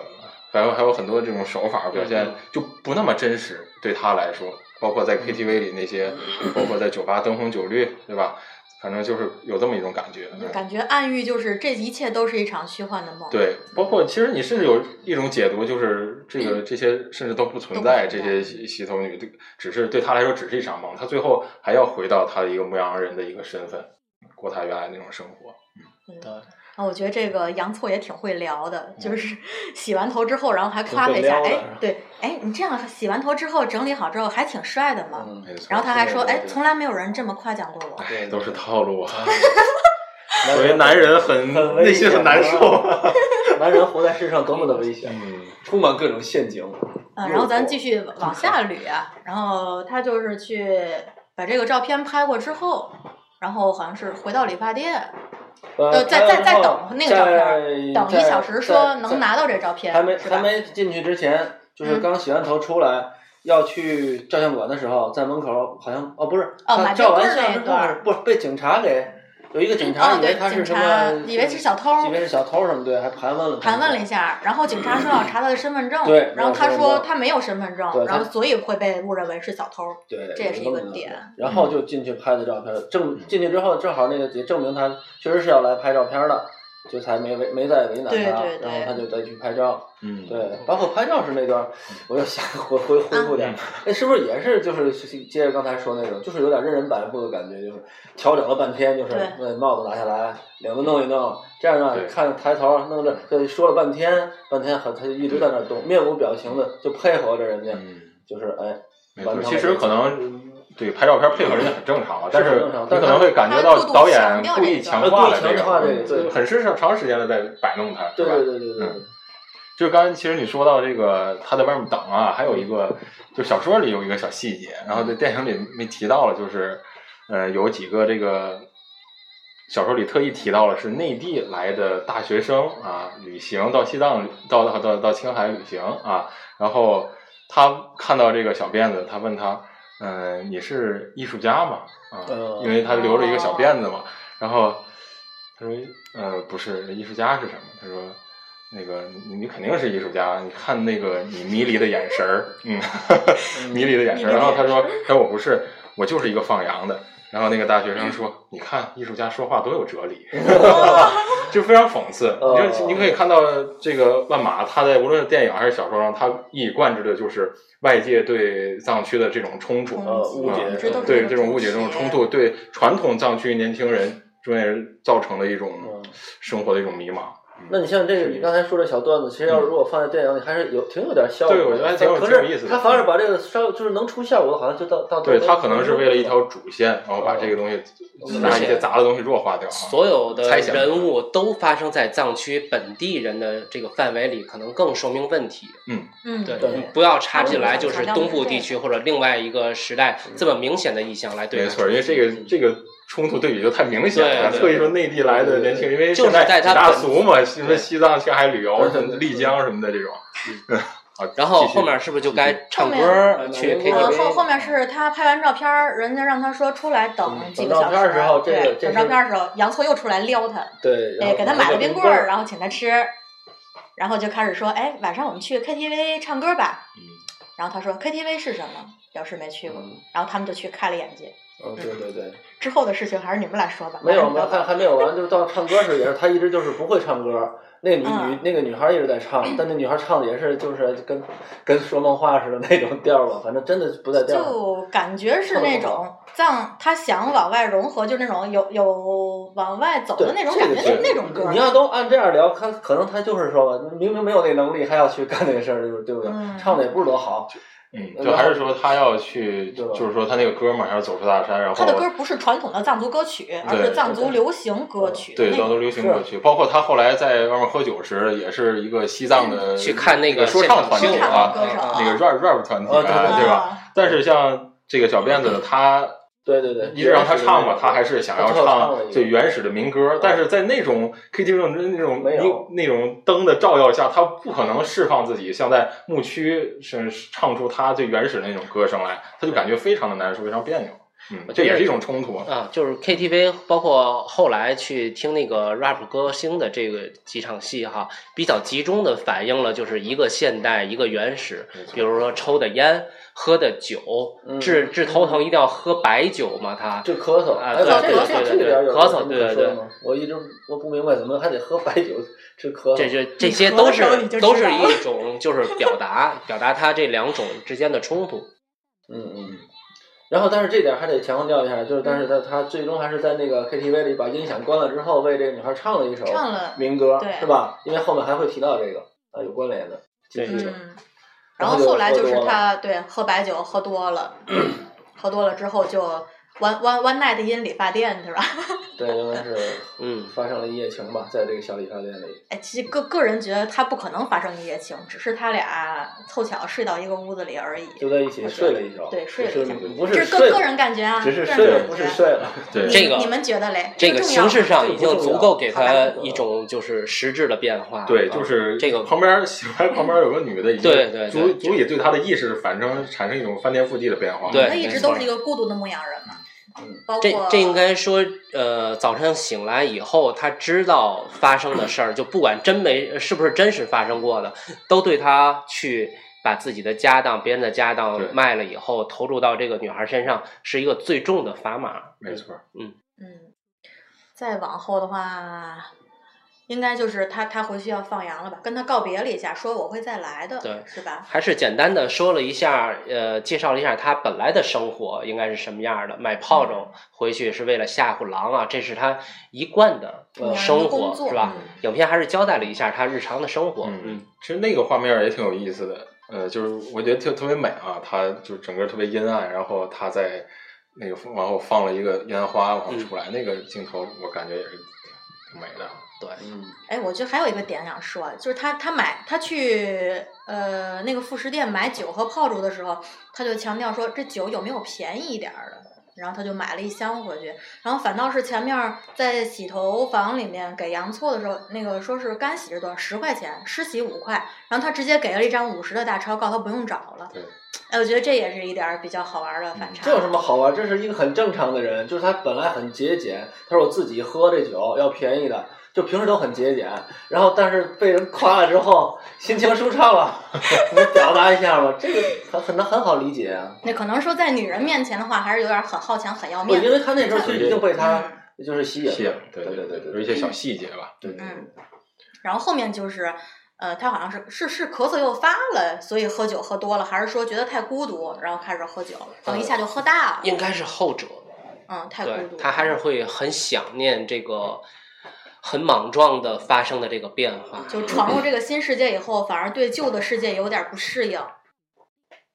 Speaker 5: 还有还有很多这种手法表现
Speaker 2: 嗯嗯嗯
Speaker 5: 就不那么真实，对他来说，包括在 KTV 里那些，包括在酒吧灯红酒绿，对吧？反正就是有这么一种感觉，嗯
Speaker 3: 就感觉暗喻就是这一切都是一场虚幻的梦。
Speaker 5: 对，包括其实你甚至有一种解读，就是这个这些甚至都不存
Speaker 3: 都
Speaker 5: 在，
Speaker 3: 不存在
Speaker 5: 这些洗洗头女，只是对她来说只是一场梦，她最后还要回到她的一个牧羊人的一个身份，过她原来那种生活。
Speaker 2: 对
Speaker 3: 啊，我觉得这个洋葱也挺会聊的，就是 洗完头之后，然后还夸他
Speaker 4: 挺会
Speaker 3: 一下，
Speaker 4: 嗯撩
Speaker 3: 哎
Speaker 4: 的是吧，
Speaker 3: 对，哎，你这样洗完头之后整理好之后还挺帅的嘛。
Speaker 4: 嗯
Speaker 5: 没错，
Speaker 3: 然后他还说，
Speaker 4: 对对
Speaker 3: 哎，
Speaker 4: 对
Speaker 3: 从来没有人这么夸奖过我。
Speaker 5: 哎，都是套路啊，
Speaker 4: 男
Speaker 5: 作为男人很
Speaker 4: 很危
Speaker 5: 内心很难
Speaker 4: 险啊
Speaker 5: 受。啊
Speaker 4: 男人活在世上多么的危险，
Speaker 5: 嗯，
Speaker 4: 充满各种陷阱。
Speaker 3: 嗯，然后
Speaker 4: 哦
Speaker 3: 咱继续往下捋啊，然后他就是去把这个照片拍过之后，然后好像是回到理发店，
Speaker 4: 呃
Speaker 3: 呃，再再再等那个照片儿，等一小时说能。拿
Speaker 4: 在
Speaker 3: 到这照片，
Speaker 4: 在还没
Speaker 3: 是
Speaker 4: 还
Speaker 3: 吧？
Speaker 4: 没进去之前，就是
Speaker 3: 嗯
Speaker 4: 刚洗完头出来。要去照相馆的时候，在门口好像哦不是，
Speaker 3: 哦
Speaker 4: 他
Speaker 3: 买
Speaker 4: 照完
Speaker 3: 冰棍儿
Speaker 4: 相
Speaker 3: 那
Speaker 4: 之
Speaker 3: 段
Speaker 4: 后
Speaker 3: 儿
Speaker 4: 不被警察给有一个警察
Speaker 3: 哦
Speaker 4: 以为
Speaker 3: 对
Speaker 4: 他是
Speaker 3: 警
Speaker 4: 什
Speaker 3: 察
Speaker 4: 么，
Speaker 3: 以为是小偷
Speaker 4: 以为是小偷什么对，还盘问了他
Speaker 3: 盘问了一下，然后警察说要查他的身份证，
Speaker 4: 对
Speaker 3: 然后他
Speaker 4: 没有身份
Speaker 3: 说他没有身份
Speaker 4: 证
Speaker 3: 证，
Speaker 4: 对他
Speaker 3: 然后所以会被误认为是小偷。
Speaker 4: 对，
Speaker 3: 这也是一
Speaker 4: 有
Speaker 3: 个
Speaker 4: 么
Speaker 3: 点
Speaker 4: 的。然后就进去拍的照片，证进去之后正好那个也证明他确实是要来拍照片的。就才没为没再为难他，
Speaker 3: 对对对
Speaker 4: 然后他就再去拍照。
Speaker 5: 嗯，
Speaker 4: 对，包括拍照时那段儿，我又想回回恢复
Speaker 5: 啊
Speaker 4: 点儿，那、哎是不是也是就是接着刚才说那种，就是有点任人摆布的感觉，就是调整了半天，就是
Speaker 3: 对
Speaker 4: 那帽子拿下来，领子弄一弄，这样让
Speaker 5: 对
Speaker 4: 你看抬头弄这，这说了半天，半天很他就一直在那儿动，面无表情的就配合着人家，
Speaker 5: 嗯，
Speaker 4: 就是哎，
Speaker 5: 没
Speaker 4: 完
Speaker 5: 错。
Speaker 4: 成
Speaker 5: 其
Speaker 4: 了
Speaker 5: 实
Speaker 4: 这
Speaker 5: 可
Speaker 4: 个
Speaker 5: 能对拍照片配合人家很正常啊，但
Speaker 4: 很
Speaker 5: 是
Speaker 4: 正常
Speaker 5: 你
Speaker 4: 但
Speaker 5: 可
Speaker 4: 是
Speaker 5: 能
Speaker 4: 他
Speaker 5: 会感觉
Speaker 3: 他
Speaker 5: 到
Speaker 3: 过度
Speaker 5: 导
Speaker 3: 强
Speaker 5: 演
Speaker 3: 调
Speaker 5: 故
Speaker 3: 这
Speaker 5: 意
Speaker 3: 个
Speaker 5: 强
Speaker 4: 呃
Speaker 5: 化
Speaker 4: 故意
Speaker 5: 了这
Speaker 4: 强化
Speaker 5: 个，
Speaker 4: 这个对
Speaker 5: 很是长时间的在摆弄它，
Speaker 4: 对
Speaker 5: 吧？
Speaker 4: 对对对对对
Speaker 5: 嗯，就刚才其实你说到这个他在外面等啊，还有一个就小说里有一个小细节，然后在电影里没提到了，就是呃有几个这个小说里特意提到了是内地来的大学生啊，旅行到西藏到到到到青海旅行啊，然后他看到这个小辫子，他问他，嗯、你是艺术家吗？啊，
Speaker 4: 嗯
Speaker 5: 因为他留着一个小辫子嘛，然后他说，呃，不是，艺术家是什么？他说。那个你你肯定是艺术家，你看那个你迷离的眼神儿，嗯， 迷离的眼神儿。然后他说，他说我不是，我就是一个放羊的。然后那个大学生说，你看艺术家说话多有哲 理，就非常讽刺。
Speaker 4: 哦
Speaker 5: 你就你可以看到这个万马，他在无论是电影还是小说上，他一以贯之的就是外界对藏区的这种冲突，啊
Speaker 3: 冲
Speaker 4: 呃误解
Speaker 3: 一直都是
Speaker 5: 对
Speaker 3: 个
Speaker 5: 这种误解、这种冲突，对传统藏区年轻人中间人造成了一种
Speaker 4: 嗯
Speaker 5: 生活的一种迷茫。
Speaker 2: 嗯
Speaker 4: 那你像这个，
Speaker 5: 是嗯
Speaker 4: 你刚才说这小段子，其实要是如果放在电影里，还是有挺有点效果的。
Speaker 5: 对我觉得还挺有
Speaker 4: 可
Speaker 5: 挺有意思
Speaker 4: 是
Speaker 5: 的嗯
Speaker 4: 他反而把这个稍就是能出效果的，好像就到到
Speaker 5: 对
Speaker 4: 到
Speaker 5: 他可能是为了一
Speaker 4: 到
Speaker 5: 条主线，然后把这个东西
Speaker 4: 嗯
Speaker 5: 拿一些杂的东西弱化掉啊。
Speaker 2: 所有的
Speaker 5: 猜想
Speaker 2: 人物都发生在藏区本地人的这个范围里，可能更说明问题。
Speaker 3: 嗯，
Speaker 2: 对，
Speaker 4: 对
Speaker 2: 你不要插进来
Speaker 3: 嗯
Speaker 2: 就是东部地区或者另外一个时代这么明显的意象来对
Speaker 5: 嗯没
Speaker 2: 待。
Speaker 5: 错，因为这个这个冲突对比就太明显了。
Speaker 2: 对对
Speaker 5: 特意说内地来的年轻人，因为
Speaker 2: 就是
Speaker 5: 现在
Speaker 2: 在他
Speaker 5: 几大
Speaker 2: 本
Speaker 5: 俗嘛，什么
Speaker 2: 对
Speaker 5: 西藏、青海旅游、
Speaker 4: 对
Speaker 5: 什
Speaker 4: 对对
Speaker 5: 么丽江什么的这种。 好，
Speaker 2: 嗯然后
Speaker 5: 继续
Speaker 2: 后面是不是就该唱歌
Speaker 4: 后
Speaker 2: 儿
Speaker 4: 面
Speaker 2: 去
Speaker 4: 对
Speaker 3: 呃，
Speaker 4: 对
Speaker 3: 后
Speaker 2: KTV？
Speaker 3: 后面是他拍完照片儿，人家让他说出来等
Speaker 4: 嗯
Speaker 3: 几
Speaker 4: 等
Speaker 3: 个
Speaker 4: 照
Speaker 3: 小
Speaker 4: 片儿
Speaker 3: 时，
Speaker 4: 时候这个
Speaker 3: 对，
Speaker 4: 这
Speaker 3: 等照
Speaker 4: 是
Speaker 3: 片儿的时候，杨错又出来撩他，
Speaker 4: 对，然
Speaker 3: 哎，
Speaker 4: 后
Speaker 3: 给他买了冰
Speaker 4: 冰
Speaker 3: 棍儿，
Speaker 4: 然
Speaker 3: 然后请他吃，然后就开始说，哎，晚上我们去 KTV 唱歌吧。
Speaker 5: 嗯
Speaker 3: 然后他说 KTV 是什么？表示没去过
Speaker 4: 嗯，
Speaker 3: 然后他们就去开了眼界。
Speaker 4: 后嗯，对对对，
Speaker 3: 之后的事情还是你们来说吧。
Speaker 4: 没有，
Speaker 3: 晚上
Speaker 4: 没有
Speaker 3: 你
Speaker 4: 还
Speaker 3: 们
Speaker 4: 还没有完，就是到唱歌时候也是，他一直就是不会唱歌。那女女
Speaker 3: 嗯
Speaker 4: 那个女孩一直在唱，但那女孩唱的也是就是跟跟说梦话似的那种调儿吧，反正真的不在调儿上。
Speaker 3: 就感觉是那种藏，他想往外融合，就是那种有有往外走的那种
Speaker 4: 对
Speaker 3: 感
Speaker 4: 这
Speaker 3: 觉，
Speaker 4: 个
Speaker 3: 就是
Speaker 4: 是
Speaker 3: 那种歌
Speaker 4: 你。要都按这样聊，他可能他就是说吧，明明没有那能力，还要去干这个事儿，就是对不对？
Speaker 3: 嗯
Speaker 4: 唱的也不是多好，
Speaker 5: 嗯，就还是说他要去，
Speaker 4: 对吧
Speaker 5: 就是说他那个哥们儿还要走出大山，然后
Speaker 3: 他的歌不是传统的藏族歌曲，而是藏族流行歌曲。
Speaker 5: 对，
Speaker 3: 那
Speaker 5: 藏族流行歌曲，包括他后来在外面喝酒时，也是一个西藏的
Speaker 2: 去看那
Speaker 5: 那
Speaker 2: 个
Speaker 5: 说
Speaker 2: 现场
Speaker 5: 唱团
Speaker 2: 秀
Speaker 5: 体
Speaker 3: 说唱
Speaker 5: 啊，
Speaker 3: 歌手啊
Speaker 5: 那个 rap rap 团体
Speaker 4: 哦对
Speaker 5: 啊，
Speaker 4: 对
Speaker 5: 对吧？
Speaker 3: 啊
Speaker 5: 但是像这个小辫子，他
Speaker 4: 对对对，
Speaker 5: 一直让他唱吧，他还是想要
Speaker 4: 他最后唱了一
Speaker 5: 唱
Speaker 4: 个
Speaker 5: 最原始的民歌，但是在那种 KTV 那种那种
Speaker 4: 没有
Speaker 5: 那种灯的照耀下，他不可能释放自己，像在牧区是唱出他最原始的那种歌声来，他就感觉非常的难受，非常别扭。嗯，这也是一种冲
Speaker 4: 呃
Speaker 5: 突。
Speaker 2: 啊，就是 KTV，包括后来去听那个 rap 歌星的这个几场戏哈，比较集中的反映了就是一个现代，一个原始
Speaker 5: 没错。
Speaker 2: 比如说抽的烟、喝的酒，
Speaker 4: 嗯
Speaker 2: 治治头疼一定要喝白酒嘛，他
Speaker 4: 就咳嗽，
Speaker 2: 啊
Speaker 4: 哎，
Speaker 2: 对
Speaker 4: 咱这
Speaker 3: 对
Speaker 4: 个
Speaker 3: 对
Speaker 4: 这个
Speaker 2: 对
Speaker 4: 点儿有
Speaker 2: 咳嗽
Speaker 4: 有
Speaker 2: 对
Speaker 4: 什么
Speaker 2: 对
Speaker 4: 可说的吗我一直我不明白怎么还得喝白酒治咳
Speaker 2: 这
Speaker 4: 嗽，
Speaker 2: 就这些都
Speaker 3: 你喝的时候
Speaker 2: 是
Speaker 3: 你就知道
Speaker 2: 都是一种就是表达 表达他这两种之间的冲突。
Speaker 4: 嗯嗯。然后，但是这点儿还得强调一下，就是，但是
Speaker 3: 嗯
Speaker 4: 他他最终还是在那个 KTV 里把音响关了之后，为这个女孩唱了一首
Speaker 3: 啊唱了
Speaker 4: 民歌，
Speaker 3: 对
Speaker 4: 是吧？因为后面还会提到这个啊，有关联的。继续
Speaker 2: 对
Speaker 4: 的
Speaker 3: 嗯，然后后来就是他对喝白酒喝多了，喝多了之后就 one one one night in 理发店是吧？
Speaker 4: 对，应该是
Speaker 2: 嗯，
Speaker 4: 发生了一夜情吧，在这个小理发店里。
Speaker 3: 哎，其实个个人觉得他不可能发生一夜情，只是他俩凑巧睡到一个屋子里而已。
Speaker 4: 就在一起睡了一觉，
Speaker 3: 啊对睡了一
Speaker 4: 只
Speaker 3: 觉
Speaker 4: 是不
Speaker 3: 这
Speaker 4: 是
Speaker 3: 是个
Speaker 4: 睡
Speaker 3: 个
Speaker 4: 了，
Speaker 3: 人感觉啊，
Speaker 4: 只是
Speaker 3: 个人
Speaker 4: 睡了，
Speaker 3: 感
Speaker 4: 不
Speaker 3: 觉
Speaker 4: 是睡了。
Speaker 5: 对
Speaker 3: 你
Speaker 2: 这个
Speaker 3: 你们觉得嘞？
Speaker 2: 这个
Speaker 3: 重要
Speaker 2: 形
Speaker 3: 吗
Speaker 2: 式上已
Speaker 4: 这
Speaker 2: 经
Speaker 4: 不重
Speaker 2: 足
Speaker 4: 要
Speaker 2: 够给
Speaker 3: 好
Speaker 2: 他
Speaker 3: 吧
Speaker 2: 一种就是实质的变化。
Speaker 5: 对，
Speaker 2: 啊
Speaker 5: 就是
Speaker 2: 这个
Speaker 5: 旁边醒来旁边有个女的，已经
Speaker 2: 对对对
Speaker 5: 足足以对他的意识产生产生一种翻天覆地的变化。
Speaker 2: 对
Speaker 3: 他一直都是一个孤独的牧羊人嘛
Speaker 4: 嗯，
Speaker 3: 包括
Speaker 2: 这这应该说，呃，早上醒来以后，他知道发生的事儿，就不管真没是不是真实发生过的，都对他去把自己的家当、别人的家
Speaker 5: 对
Speaker 2: 当卖了以后，投注到这个女孩身上，是一个最重的砝码。
Speaker 5: 没错。
Speaker 3: 嗯，再往后的话，应该就是他他回去要放羊了吧？跟他告别了一下，说我会再来的，
Speaker 2: 对
Speaker 3: 是吧？
Speaker 2: 还是简单的说了一下，呃，介绍了一下他本来的生活应该是什么样的。买炮仗回去是为了吓唬狼啊，这是他一贯的呃
Speaker 4: 嗯
Speaker 2: 生
Speaker 3: 工
Speaker 2: 活，
Speaker 3: 作
Speaker 2: 是吧？
Speaker 3: 嗯
Speaker 2: 影片还是交代了一下他日常的生活，啊嗯
Speaker 5: 嗯，其实那个画面也挺有意思的，呃，就是我觉得特特别美啊，它就整个特别阴暗，然后他在那个往后放了一个烟花往后出来，那个镜头我感觉也是挺美的。啊
Speaker 2: 对，
Speaker 4: 嗯，
Speaker 3: 哎，我觉得还有一个点想说，就是他他买他去呃那个副食店买酒和炮竹的时候，他就强调说这酒有没有便宜一点儿的，然后他就买了一箱回去，然后反倒是前面儿在洗头房里面给洋搓的时候，那个说是干洗是多少十块钱，湿洗五块，然后他直接给了一张五十的大钞，告诉他不用找了。
Speaker 5: 对，
Speaker 3: 哎，我觉得这也是一点儿比较好玩儿的反
Speaker 5: 嗯
Speaker 3: 差。
Speaker 4: 这有什么好玩？这是一个很正常的人，就是他本来很节俭，他说我自己喝这酒要便宜的，就平时都很节俭，然后但是被人夸了之后，心情舒 畅了，你表达一下吧，这个很很很好理解啊。
Speaker 3: 那可能说在女人面前的话，还是有点儿很好强、很要
Speaker 4: 不，
Speaker 3: 面
Speaker 4: 哦因
Speaker 3: 子。
Speaker 4: 为他那时候就已经被他
Speaker 3: 嗯
Speaker 4: 就是吸引
Speaker 5: 吸引
Speaker 4: 了，，
Speaker 5: 对
Speaker 4: 对
Speaker 5: 对
Speaker 4: 对
Speaker 5: 有一些小细节吧。
Speaker 4: 对对对。
Speaker 3: 嗯，然后后面就是，呃，他好像是是是咳嗽又发了，所以喝酒喝多了，还是说觉得太孤独，然后开始喝酒，然后一下就喝大了，
Speaker 2: 应该是后者，
Speaker 3: 嗯，太孤
Speaker 2: 对
Speaker 3: 独。
Speaker 2: 他还是会很想念这个很莽撞的发生的这个变化，
Speaker 3: 就闯入这个新世界以后，反而对旧的世界有点不适应，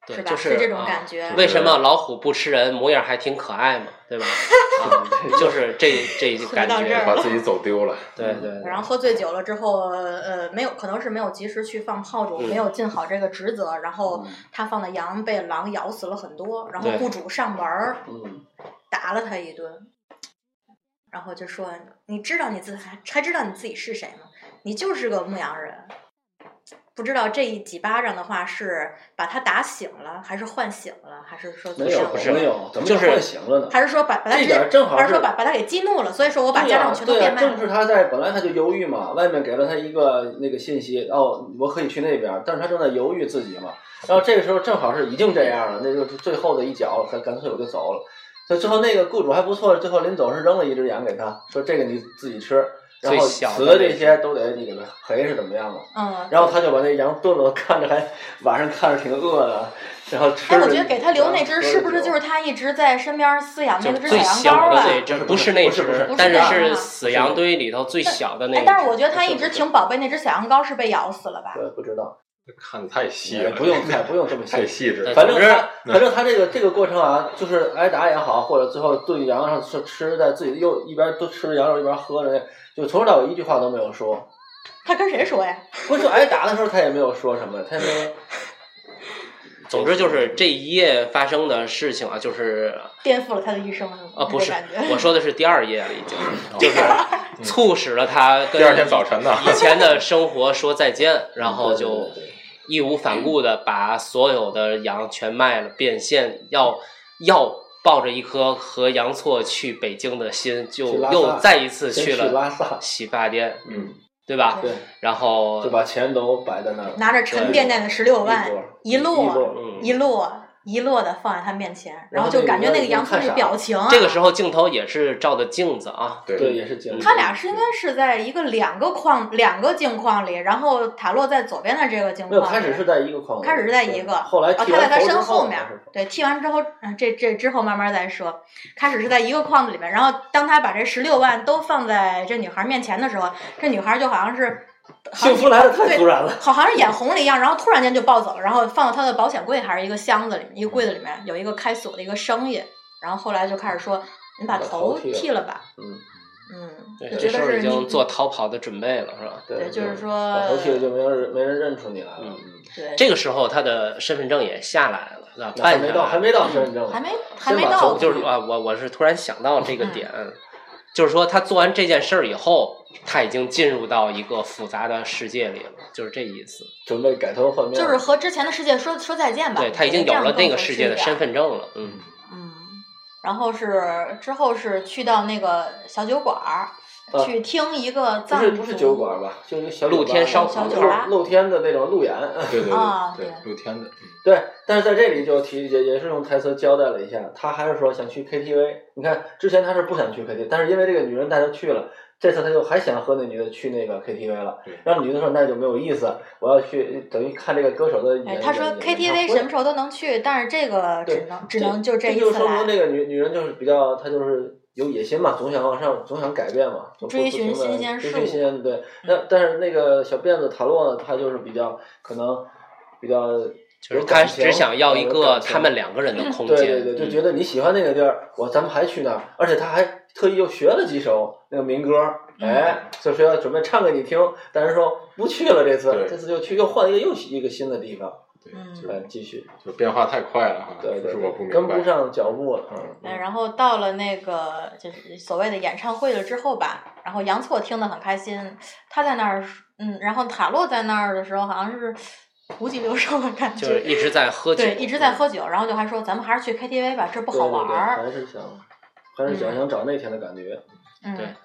Speaker 2: 对，
Speaker 3: 吧？
Speaker 2: 就是
Speaker 3: 这种
Speaker 2: 啊
Speaker 3: 感觉。
Speaker 2: 为什么老虎不吃人，模样还挺可爱嘛，对 吧？ 啊，就是这这
Speaker 3: 回
Speaker 2: 感
Speaker 3: 到这儿
Speaker 2: 觉，
Speaker 5: 把自己走丢了，
Speaker 2: 对对对
Speaker 3: 然后喝醉酒了之后，呃，没有，可能是没有及时去放炮竹，
Speaker 2: 嗯
Speaker 3: 没有尽好这个职责，然后
Speaker 4: 嗯
Speaker 3: 他放的羊被狼咬死了很多，然后
Speaker 2: 对
Speaker 3: 雇主上门儿，
Speaker 4: 嗯，
Speaker 3: 打了他一顿，然后就说：“你知道你自还还知道你自己是谁吗？你就是个牧羊人。”不知道这一几巴掌的话是把他打醒了，还是唤醒了，还是说怎么
Speaker 4: 没有
Speaker 3: 样？
Speaker 2: 是
Speaker 4: 没有，怎么
Speaker 2: 就是
Speaker 4: 唤醒了呢？
Speaker 3: 还是说把把他
Speaker 4: 这
Speaker 3: 直
Speaker 4: 点儿
Speaker 3: 接，
Speaker 4: 正好
Speaker 3: 还是说
Speaker 4: 是
Speaker 3: 把把他给激怒了？所以说我把
Speaker 4: 对
Speaker 3: 家
Speaker 4: 呀，
Speaker 3: 长全都
Speaker 4: 对呀
Speaker 3: 变卖
Speaker 4: 正
Speaker 3: 了。
Speaker 4: 是他在本来他就犹豫嘛，外面给了他一个那个信息，哦，我可以去那边儿，但是他正在犹豫自己嘛。然后这个时候正好是已经这样了，那就是最后的一脚，干干脆我就走了。所以最后那个雇主还不错，最后临走是扔了一只羊给他，说这个你自己吃，然后
Speaker 2: 最小的
Speaker 4: 死的这
Speaker 2: 那
Speaker 4: 些都得你给他赔是怎么样的。
Speaker 3: 嗯，
Speaker 4: 然后他就把那羊炖了，看着还晚上看着挺饿的，然后吃
Speaker 3: 哎，
Speaker 4: 了。
Speaker 3: 我觉得给他留那
Speaker 4: 然
Speaker 3: 只
Speaker 4: 后
Speaker 3: 是不是就是
Speaker 4: 喝了酒
Speaker 3: 他一直在身边饲养那
Speaker 2: 就是
Speaker 3: 个只
Speaker 2: 最
Speaker 3: 羊羔
Speaker 2: 小的
Speaker 3: 啊？
Speaker 2: 那只，不是那
Speaker 4: 不是
Speaker 2: 只
Speaker 4: 不是，
Speaker 2: 但
Speaker 3: 不
Speaker 2: 是
Speaker 3: 是啊
Speaker 2: 是死羊堆里头最小的那
Speaker 3: 哎
Speaker 2: 一，
Speaker 3: 但是
Speaker 2: 只
Speaker 3: 我觉得他
Speaker 4: 不是
Speaker 3: 一
Speaker 4: 不
Speaker 3: 直
Speaker 4: 是
Speaker 3: 挺宝贝那只小羊羔，是被咬死了吧？
Speaker 4: 对不知道，
Speaker 5: 看的太细
Speaker 4: 也
Speaker 5: 了，
Speaker 4: 哎 不用太不用 这么
Speaker 5: 太
Speaker 4: 细。
Speaker 5: 细致了。
Speaker 4: 反正
Speaker 2: 总之嗯
Speaker 4: 他，反正他这个这个过程啊，就是挨打也好，或者最后炖羊上吃吃，在自己又一边都吃着羊肉一边喝着，就从头到尾一句话都没有说。
Speaker 3: 他跟谁说呀？
Speaker 4: 不是挨打的时候他也没有说什么，他也没有。
Speaker 2: 总之就是这一夜发生的事情啊，就是
Speaker 3: 颠覆了他的一生是吗？
Speaker 2: 啊，不
Speaker 3: 这
Speaker 2: 是
Speaker 3: 感觉，
Speaker 2: 我说的是第二页了，已 经，就是
Speaker 4: 嗯
Speaker 2: 促使了他跟
Speaker 5: 第二天早晨呢，
Speaker 2: 以前的生活说再见， 然后
Speaker 4: 对
Speaker 2: 就
Speaker 4: 对对对
Speaker 2: 义无反顾的把所有的羊全卖了，变现，要要抱着一颗和洋错去北京的心，就
Speaker 4: 去拉萨
Speaker 2: 又再一次
Speaker 4: 先
Speaker 2: 去
Speaker 4: 去
Speaker 2: 了
Speaker 4: 拉萨，
Speaker 2: 洗发店，
Speaker 5: 嗯，
Speaker 2: 对吧？
Speaker 4: 对，
Speaker 2: 然后
Speaker 4: 就把钱都摆在那儿，
Speaker 3: 拿着沉甸甸的十六万
Speaker 4: 一摞，
Speaker 3: 一摞
Speaker 2: 嗯
Speaker 3: 一摞一摞的放在他面前，然
Speaker 4: 然后
Speaker 3: 后
Speaker 4: 那
Speaker 3: 就
Speaker 4: 个
Speaker 3: 感觉
Speaker 4: 人
Speaker 3: 那个
Speaker 4: 已经
Speaker 3: 杨坤
Speaker 4: 看
Speaker 3: 那
Speaker 4: 傻
Speaker 3: 表
Speaker 4: 了
Speaker 3: 情啊，
Speaker 2: 这个时候镜头也是照的镜子啊，
Speaker 5: 对
Speaker 4: 对，也是经历。
Speaker 3: 他俩是应该是在一个两个框两个镜框里，然后塔洛在左边的这个镜
Speaker 4: 没有
Speaker 3: 框里，
Speaker 4: 开始是在一个框里，
Speaker 3: 开始是在一
Speaker 4: 对
Speaker 3: 个，
Speaker 4: 后来
Speaker 3: 啊
Speaker 4: 剃
Speaker 3: 他在
Speaker 4: 完
Speaker 3: 他
Speaker 4: 头之
Speaker 3: 身
Speaker 4: 后
Speaker 3: 面
Speaker 4: 才是
Speaker 3: 儿，对，剃完之后，嗯，这这之后慢慢再说。开始是在一个框子里面，然后当他把这十六万都放在这女孩面前的时候，这女孩就好像是
Speaker 4: 幸福来的太
Speaker 3: 对
Speaker 4: 突 然了。
Speaker 3: 好好像眼红了一样，然后突然间就暴走了，然后放到他的保险柜还是一个箱子里面，一个柜子里面有一个开锁的一个声音，然后后来就开始说：“你把
Speaker 4: 把
Speaker 3: 头
Speaker 4: 头剃了
Speaker 3: 剃了吧。
Speaker 4: 嗯，”
Speaker 3: 嗯，
Speaker 2: 对
Speaker 3: 就
Speaker 2: 这
Speaker 3: 觉
Speaker 2: 时
Speaker 3: 得
Speaker 2: 候
Speaker 3: 是
Speaker 2: 已
Speaker 3: 你
Speaker 2: 经做逃跑的准备了，是吧？
Speaker 3: 对，就
Speaker 4: 就是把头剃了
Speaker 3: 说
Speaker 4: 就没人没人认出你来了
Speaker 2: 嗯。
Speaker 3: 对，
Speaker 2: 这个时候他的身份证也下来了，那
Speaker 4: 还
Speaker 2: 办下
Speaker 4: 没
Speaker 2: 来
Speaker 4: 到，还没到身份证，
Speaker 3: 还没还
Speaker 4: 先
Speaker 3: 没
Speaker 4: 把
Speaker 3: 到
Speaker 4: 头
Speaker 2: 就是啊，我我是突然想到这个点，就是说他做完这件事儿以后，他已经进入到一个复杂的世界里了，就是这意思。
Speaker 4: 准备改头换面。
Speaker 3: 就是和之前的世界说说再见吧。
Speaker 2: 对他已经
Speaker 3: 这
Speaker 2: 有
Speaker 3: 样
Speaker 2: 了那
Speaker 3: 更
Speaker 2: 个
Speaker 3: 合
Speaker 2: 世
Speaker 3: 适
Speaker 2: 界
Speaker 3: 一
Speaker 2: 的
Speaker 3: 点
Speaker 2: 身份证了，嗯，
Speaker 3: 嗯，然后是之后是去到那个小酒馆儿、
Speaker 2: 呃
Speaker 4: 啊
Speaker 3: 去听一个
Speaker 4: 不
Speaker 3: 藏
Speaker 4: 是不是
Speaker 3: 族
Speaker 4: 酒馆吧，就是一个小
Speaker 2: 露天烧
Speaker 3: 烤
Speaker 4: 露
Speaker 3: 小酒吧
Speaker 4: 露天的那种路演。
Speaker 5: 对对
Speaker 3: 啊
Speaker 5: 对，露天的，嗯
Speaker 4: 对，但是在这里就提也也是用台词交代了一下，他还是说想去 KTV。你看之前他是不想去 KTV，但是因为这个女人带他去了，这次他就还想和那女的去那个 KTV 了
Speaker 5: 对，
Speaker 4: 然后女的说那就没有意思，我要去等于看这个歌手的演。
Speaker 3: 哎，他说
Speaker 4: 演演唱
Speaker 3: KTV
Speaker 4: 会
Speaker 3: 什么时候都能去，但是这个
Speaker 4: 对
Speaker 3: 只能只能就
Speaker 4: 这
Speaker 3: 一
Speaker 4: 就
Speaker 3: 次
Speaker 4: 说明
Speaker 3: 来，
Speaker 4: 那个女女人就是比较，她就是有野心嘛，总想往上，总想改变嘛，就不
Speaker 3: 追寻
Speaker 4: 不停地
Speaker 3: 新鲜事物嗯
Speaker 4: 追寻新鲜的对。那但是那个小辫子塔洛呢，她就是比较可能比较
Speaker 2: 就是
Speaker 4: 有
Speaker 2: 他
Speaker 4: 感情
Speaker 2: 只想要一
Speaker 4: 有
Speaker 2: 个
Speaker 4: 感情
Speaker 2: 他们两个人的空
Speaker 4: 对
Speaker 2: 间，
Speaker 4: 对对，就觉
Speaker 2: 嗯
Speaker 4: 得你喜欢那个地儿，我咱们还去那儿，而且她还特意又学了几首那个民歌，
Speaker 3: 嗯
Speaker 4: 哎，所以说要准备唱给你听，但是说不去了这次
Speaker 5: 对，
Speaker 4: 这次就去又换一个又一个新的地方，
Speaker 5: 对，
Speaker 3: 嗯
Speaker 5: 就
Speaker 4: 哎，继续，
Speaker 5: 就变化太快了哈，
Speaker 4: 对
Speaker 5: 就
Speaker 4: 对，
Speaker 5: 是我不明
Speaker 4: 跟
Speaker 5: 白
Speaker 4: 不。上脚步了，嗯。
Speaker 3: 嗯，然后到了那个就是所谓的演唱会了之后吧，然后杨错听得很开心，他在那儿，嗯，然后塔洛在那儿的时候好像是无极流手的感
Speaker 2: 就是
Speaker 3: 觉，
Speaker 2: 一直在喝酒，
Speaker 3: 对，一直在喝酒，然后就还说咱们还是去 KTV 吧，这不好玩儿，
Speaker 4: 嗯对对对还是想，还是想
Speaker 3: 嗯
Speaker 4: 想找那天的感觉。
Speaker 2: 对
Speaker 3: 嗯，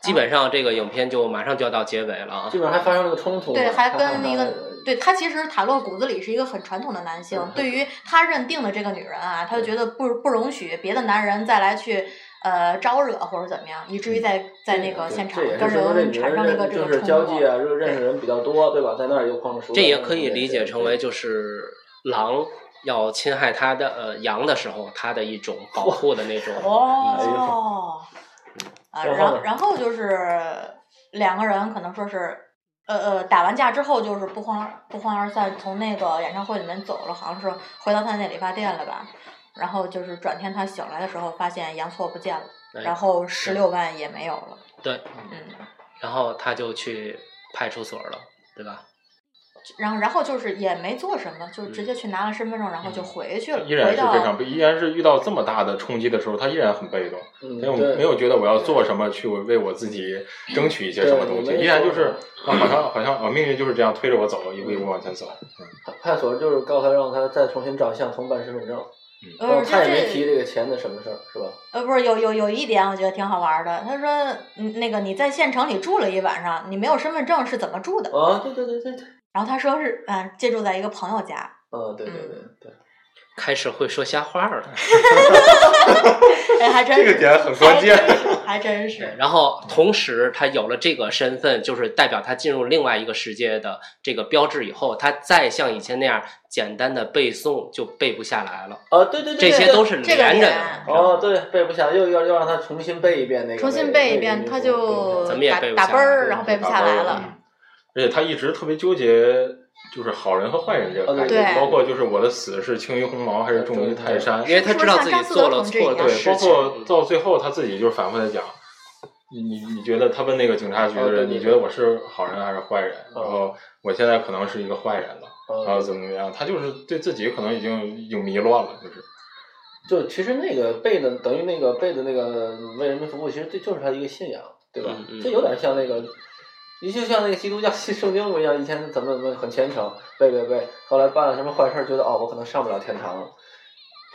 Speaker 2: 基本上这个影片就马上就要到结尾了啊
Speaker 4: 基。本上还发生了个冲突嘛，
Speaker 3: 对，还
Speaker 4: 他
Speaker 3: 跟
Speaker 4: 们
Speaker 3: 一
Speaker 4: 还
Speaker 3: 个对他其实塔洛骨子里是一个很传统的男性，对于他认定的这个女人啊，他就觉得不不容许别的男人再来去呃招惹或者怎么样，以至于在在那个
Speaker 4: 嗯对
Speaker 3: 现场
Speaker 4: 这也
Speaker 3: 跟
Speaker 4: 是说这
Speaker 3: 人
Speaker 4: 女
Speaker 3: 产生了一个
Speaker 4: 认
Speaker 3: 这
Speaker 4: 就
Speaker 3: 个
Speaker 4: 是交
Speaker 3: 冲
Speaker 4: 际
Speaker 3: 突。
Speaker 4: 啊，认认识人比较多，对吧？在那儿又碰熟了，
Speaker 2: 这也可以理解成为就是狼要侵害它的呃羊的时候，它的一种保护的那种。
Speaker 4: 哎呦
Speaker 3: 哦，
Speaker 5: 哎
Speaker 3: 啊，
Speaker 4: 然后
Speaker 3: 然后
Speaker 4: 呢
Speaker 3: 然后就是两个人可能说是。呃呃，打完架之后就是不欢而不欢而散，从那个演唱会里面走了，好像是回到他那理发店了吧。然后就是转天他醒来的时候，发现杨错不见了，
Speaker 2: 哎
Speaker 3: 然后十六万也没有了。
Speaker 2: 对，
Speaker 3: 嗯，
Speaker 2: 然后他就去派出所了，对吧？
Speaker 3: 然后然后就是也没做什么，就是直接去拿了身份证，然后就回去了，
Speaker 5: 嗯依然
Speaker 3: 回
Speaker 5: 是非
Speaker 3: 到
Speaker 5: 常，依然是遇到这么大的冲击的时候，他依然很被动，
Speaker 4: 嗯
Speaker 5: 没有
Speaker 4: 对
Speaker 5: 没有觉得我要做什么去为我自己争取一些
Speaker 4: 对
Speaker 5: 什么东
Speaker 4: 我
Speaker 5: 西，
Speaker 4: 没有
Speaker 5: 依然就是啊好像好像啊命运就是这样推着我走，一步一
Speaker 4: 嗯
Speaker 5: 步往前走。
Speaker 4: 派派出所就是告他让他再重新照相，重办身份证，然
Speaker 3: 呃，
Speaker 4: 后
Speaker 3: 就
Speaker 4: 他也哦没提
Speaker 3: 这
Speaker 4: 这个钱的什么事儿，是吧？
Speaker 3: 呃不是有有有一点我觉得挺好玩的，他说嗯那个你在县城里住了一晚上，你没有身份证是怎么住的？
Speaker 4: 啊，对对对对对，
Speaker 3: 然后他说是嗯、借住在一个朋友家，
Speaker 4: 嗯，对对对对，
Speaker 2: 开始会说瞎话了，
Speaker 3: 哎还真
Speaker 5: 这
Speaker 3: 是
Speaker 5: 个点很关键
Speaker 3: 还真是还真是，
Speaker 2: 然后同时他有了这个身份，就是代表他进入另外一个世界的这个标志以后，他再像以前那样简单的背诵就背不下来了，
Speaker 4: 啊，对对
Speaker 2: 这
Speaker 4: 对，对
Speaker 2: 些
Speaker 4: 对
Speaker 2: 都是
Speaker 3: 这个
Speaker 2: 连着
Speaker 3: 点
Speaker 2: 的。
Speaker 4: 哦，对，背不下，又要又让他重新背一遍那个，
Speaker 3: 重新
Speaker 4: 那
Speaker 3: 背一
Speaker 4: 个
Speaker 3: 遍
Speaker 4: 那个
Speaker 3: 他
Speaker 4: 那个
Speaker 3: 就
Speaker 2: 咱们也
Speaker 3: 打
Speaker 2: 背不
Speaker 3: 打
Speaker 2: 下
Speaker 3: 啵
Speaker 2: 来
Speaker 3: 儿，然后背不下来了。
Speaker 5: 嗯而且他一直特别纠结，就是好人和坏人
Speaker 4: 哦
Speaker 5: 这个概
Speaker 3: 对
Speaker 5: 念，包括就是我的死是轻于鸿毛还是重于泰山，
Speaker 2: 因为他知道自己做了错的
Speaker 5: 对，
Speaker 2: 事
Speaker 5: 包
Speaker 2: 情，嗯
Speaker 5: 括到最后他自己就是反复的讲，你你你觉得他问那个警察局的
Speaker 4: 哦对
Speaker 5: 人，
Speaker 4: 对
Speaker 5: 你觉得我是好人还是坏人？
Speaker 4: 哦
Speaker 5: 然后我现在可能是一个坏人了，
Speaker 4: 哦
Speaker 5: 然后怎么怎么样？他就是对自己可能已经已经迷乱了，就是
Speaker 4: 就其实那个背的等于那个背的那个为人民服务，其实这就是他的一个信仰，对吧
Speaker 2: 嗯？嗯
Speaker 4: 这有点像那个，你就像那个基督教信圣经一样，以前怎么怎么很虔诚，背背背，后来办了什么坏事，觉得哦，我可能上不了天堂了，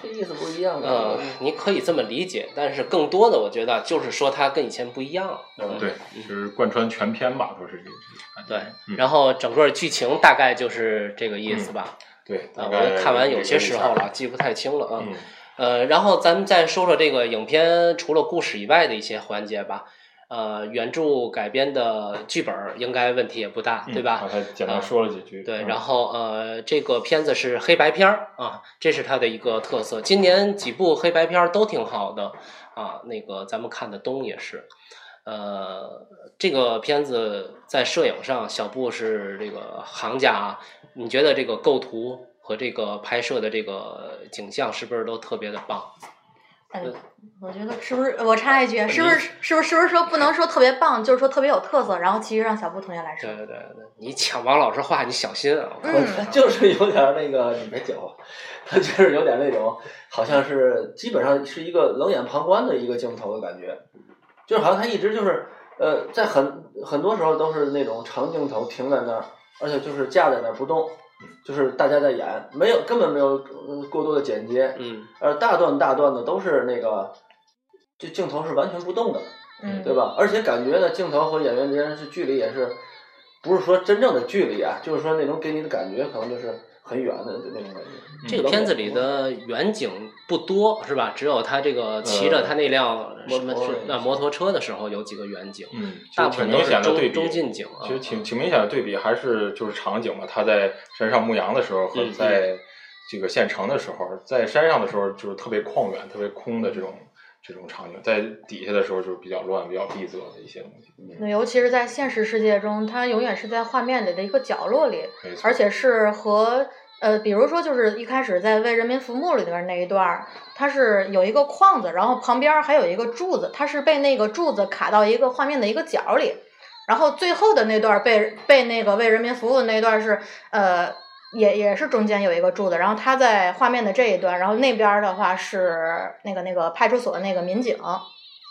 Speaker 4: 这意思不一样的。嗯
Speaker 2: 呃，你可以这么理解，但是更多的我觉得就是说他跟以前不一样了。
Speaker 4: 嗯，
Speaker 5: 对，就是贯穿全篇吧，都是这个感觉。
Speaker 2: 对，
Speaker 5: 嗯
Speaker 2: 然后整个剧情大概就是这个意思吧。
Speaker 5: 对，
Speaker 2: 啊，
Speaker 5: 嗯大
Speaker 2: 我
Speaker 5: 概
Speaker 2: 也看完有
Speaker 5: 这
Speaker 2: 些
Speaker 5: 个
Speaker 2: 时
Speaker 5: 意思
Speaker 2: 候了，，记不太清了啊。
Speaker 5: 嗯，
Speaker 2: 呃，然后咱们再说说这个影片除了故事以外的一些环节吧。呃，原著改编的剧本儿应该问题也不大，嗯对吧？啊
Speaker 5: 嗯刚才简单说了几句，
Speaker 2: 对，
Speaker 5: 嗯
Speaker 2: 然后呃，这个片子是黑白片儿啊，这是它的一个特色。今年几部黑白片儿都挺好的啊，那个咱们看的《东》也是。呃，这个片子在摄影上，小布是这个行家啊。你觉得这个构图和这个拍摄的这个景象是不是都特别的棒？
Speaker 3: 哎，
Speaker 5: 嗯
Speaker 3: 我觉得是不是我插一句，是不是是不是是不是说不能说特别棒，就是说特别有特色，然后其实让小布同学来说
Speaker 2: 对，对对，对你抢王老师话，你小心啊！
Speaker 3: 嗯
Speaker 4: 就是有点儿那个，你别讲话，他就是有点那种，好像是基本上是一个冷眼旁观的一个镜头的感觉，就是好像他一直就是，呃，在很很多时候都是那种长镜头停在那儿，而且就是架在那儿不动，就是大家在演，没有根本没有呃过多的剪接，
Speaker 2: 嗯，
Speaker 4: 呃，大段大段的都是那个，就镜头是完全不动的，
Speaker 3: 嗯，
Speaker 4: 对吧？而且感觉呢，镜头和演员之间是距离也是不是说真正的距离啊，就是说那种给你的感觉可能就是很远的那种感觉。
Speaker 5: 嗯
Speaker 4: 嗯
Speaker 2: 这个片子里的远景不多是吧？只有他这
Speaker 5: 呃
Speaker 2: 个骑着他那辆什么
Speaker 4: 摩托
Speaker 2: 是那摩托车的时候有几个远景，
Speaker 5: 嗯，
Speaker 2: 大
Speaker 5: 就
Speaker 2: 部
Speaker 5: 挺
Speaker 2: 分
Speaker 5: 明
Speaker 2: 都是
Speaker 5: 显的对
Speaker 2: 中中
Speaker 5: 比。
Speaker 2: 近景啊
Speaker 5: 其。
Speaker 3: 嗯
Speaker 5: 实挺挺明显的对比，还是就是场景嘛。他在山上牧羊的时候和
Speaker 2: 嗯嗯
Speaker 5: 在这个县城的时候，在山上的时候就是特别旷远、特别空的这种这种场景，在底下的时候就是比较乱、比较闭塞的一些东西。嗯
Speaker 3: 那尤其是在现实世界中，它永远是在画面里的一个角落里，
Speaker 5: 没错，
Speaker 3: 而且是和呃，比如说就是一开始在为人民服务里边那一段儿，它是有一个框子，然后旁边还有一个柱子，它是被那个柱子卡到一个画面的一个角里，然后最后的那段儿被被那个为人民服务的那段儿是呃。也也是中间有一个柱子，然后它在画面的这一端，然后那边儿的话是那个那个派出所的那个民警，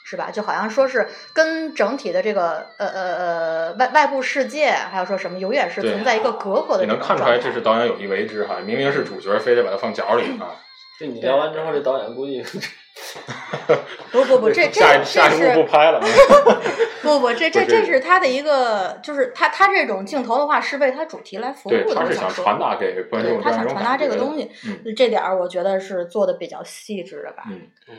Speaker 3: 是吧？就好像说是跟整体的这个呃呃呃外外部世界，还有说什么，永远是
Speaker 5: 对啊
Speaker 3: 存在一个隔阂的
Speaker 5: 你
Speaker 3: 这种状态。
Speaker 5: 能看出来这是导演有意为之哈，明明是主角，非得把它放角里啊。
Speaker 4: 这你聊完之后，这导演估计
Speaker 3: 不不不， 这这
Speaker 5: 下一
Speaker 3: 这
Speaker 5: 下一
Speaker 3: 是
Speaker 5: 幕不拍了。
Speaker 3: 不不 这这
Speaker 5: 不是
Speaker 3: 这是他的一个，就是他他这种镜头的话是为他主题来服务
Speaker 5: 对，
Speaker 3: 的，
Speaker 5: 他
Speaker 3: 我
Speaker 5: 是想
Speaker 3: 说
Speaker 5: 传达给观
Speaker 3: 对
Speaker 5: 众
Speaker 3: 他
Speaker 5: 这样
Speaker 3: 想
Speaker 5: 一种
Speaker 3: 传达
Speaker 5: 感
Speaker 3: 这个
Speaker 5: 觉
Speaker 3: 东西，
Speaker 5: 嗯
Speaker 3: 这点儿我觉得是做的比较细致的吧。
Speaker 5: 嗯
Speaker 2: 嗯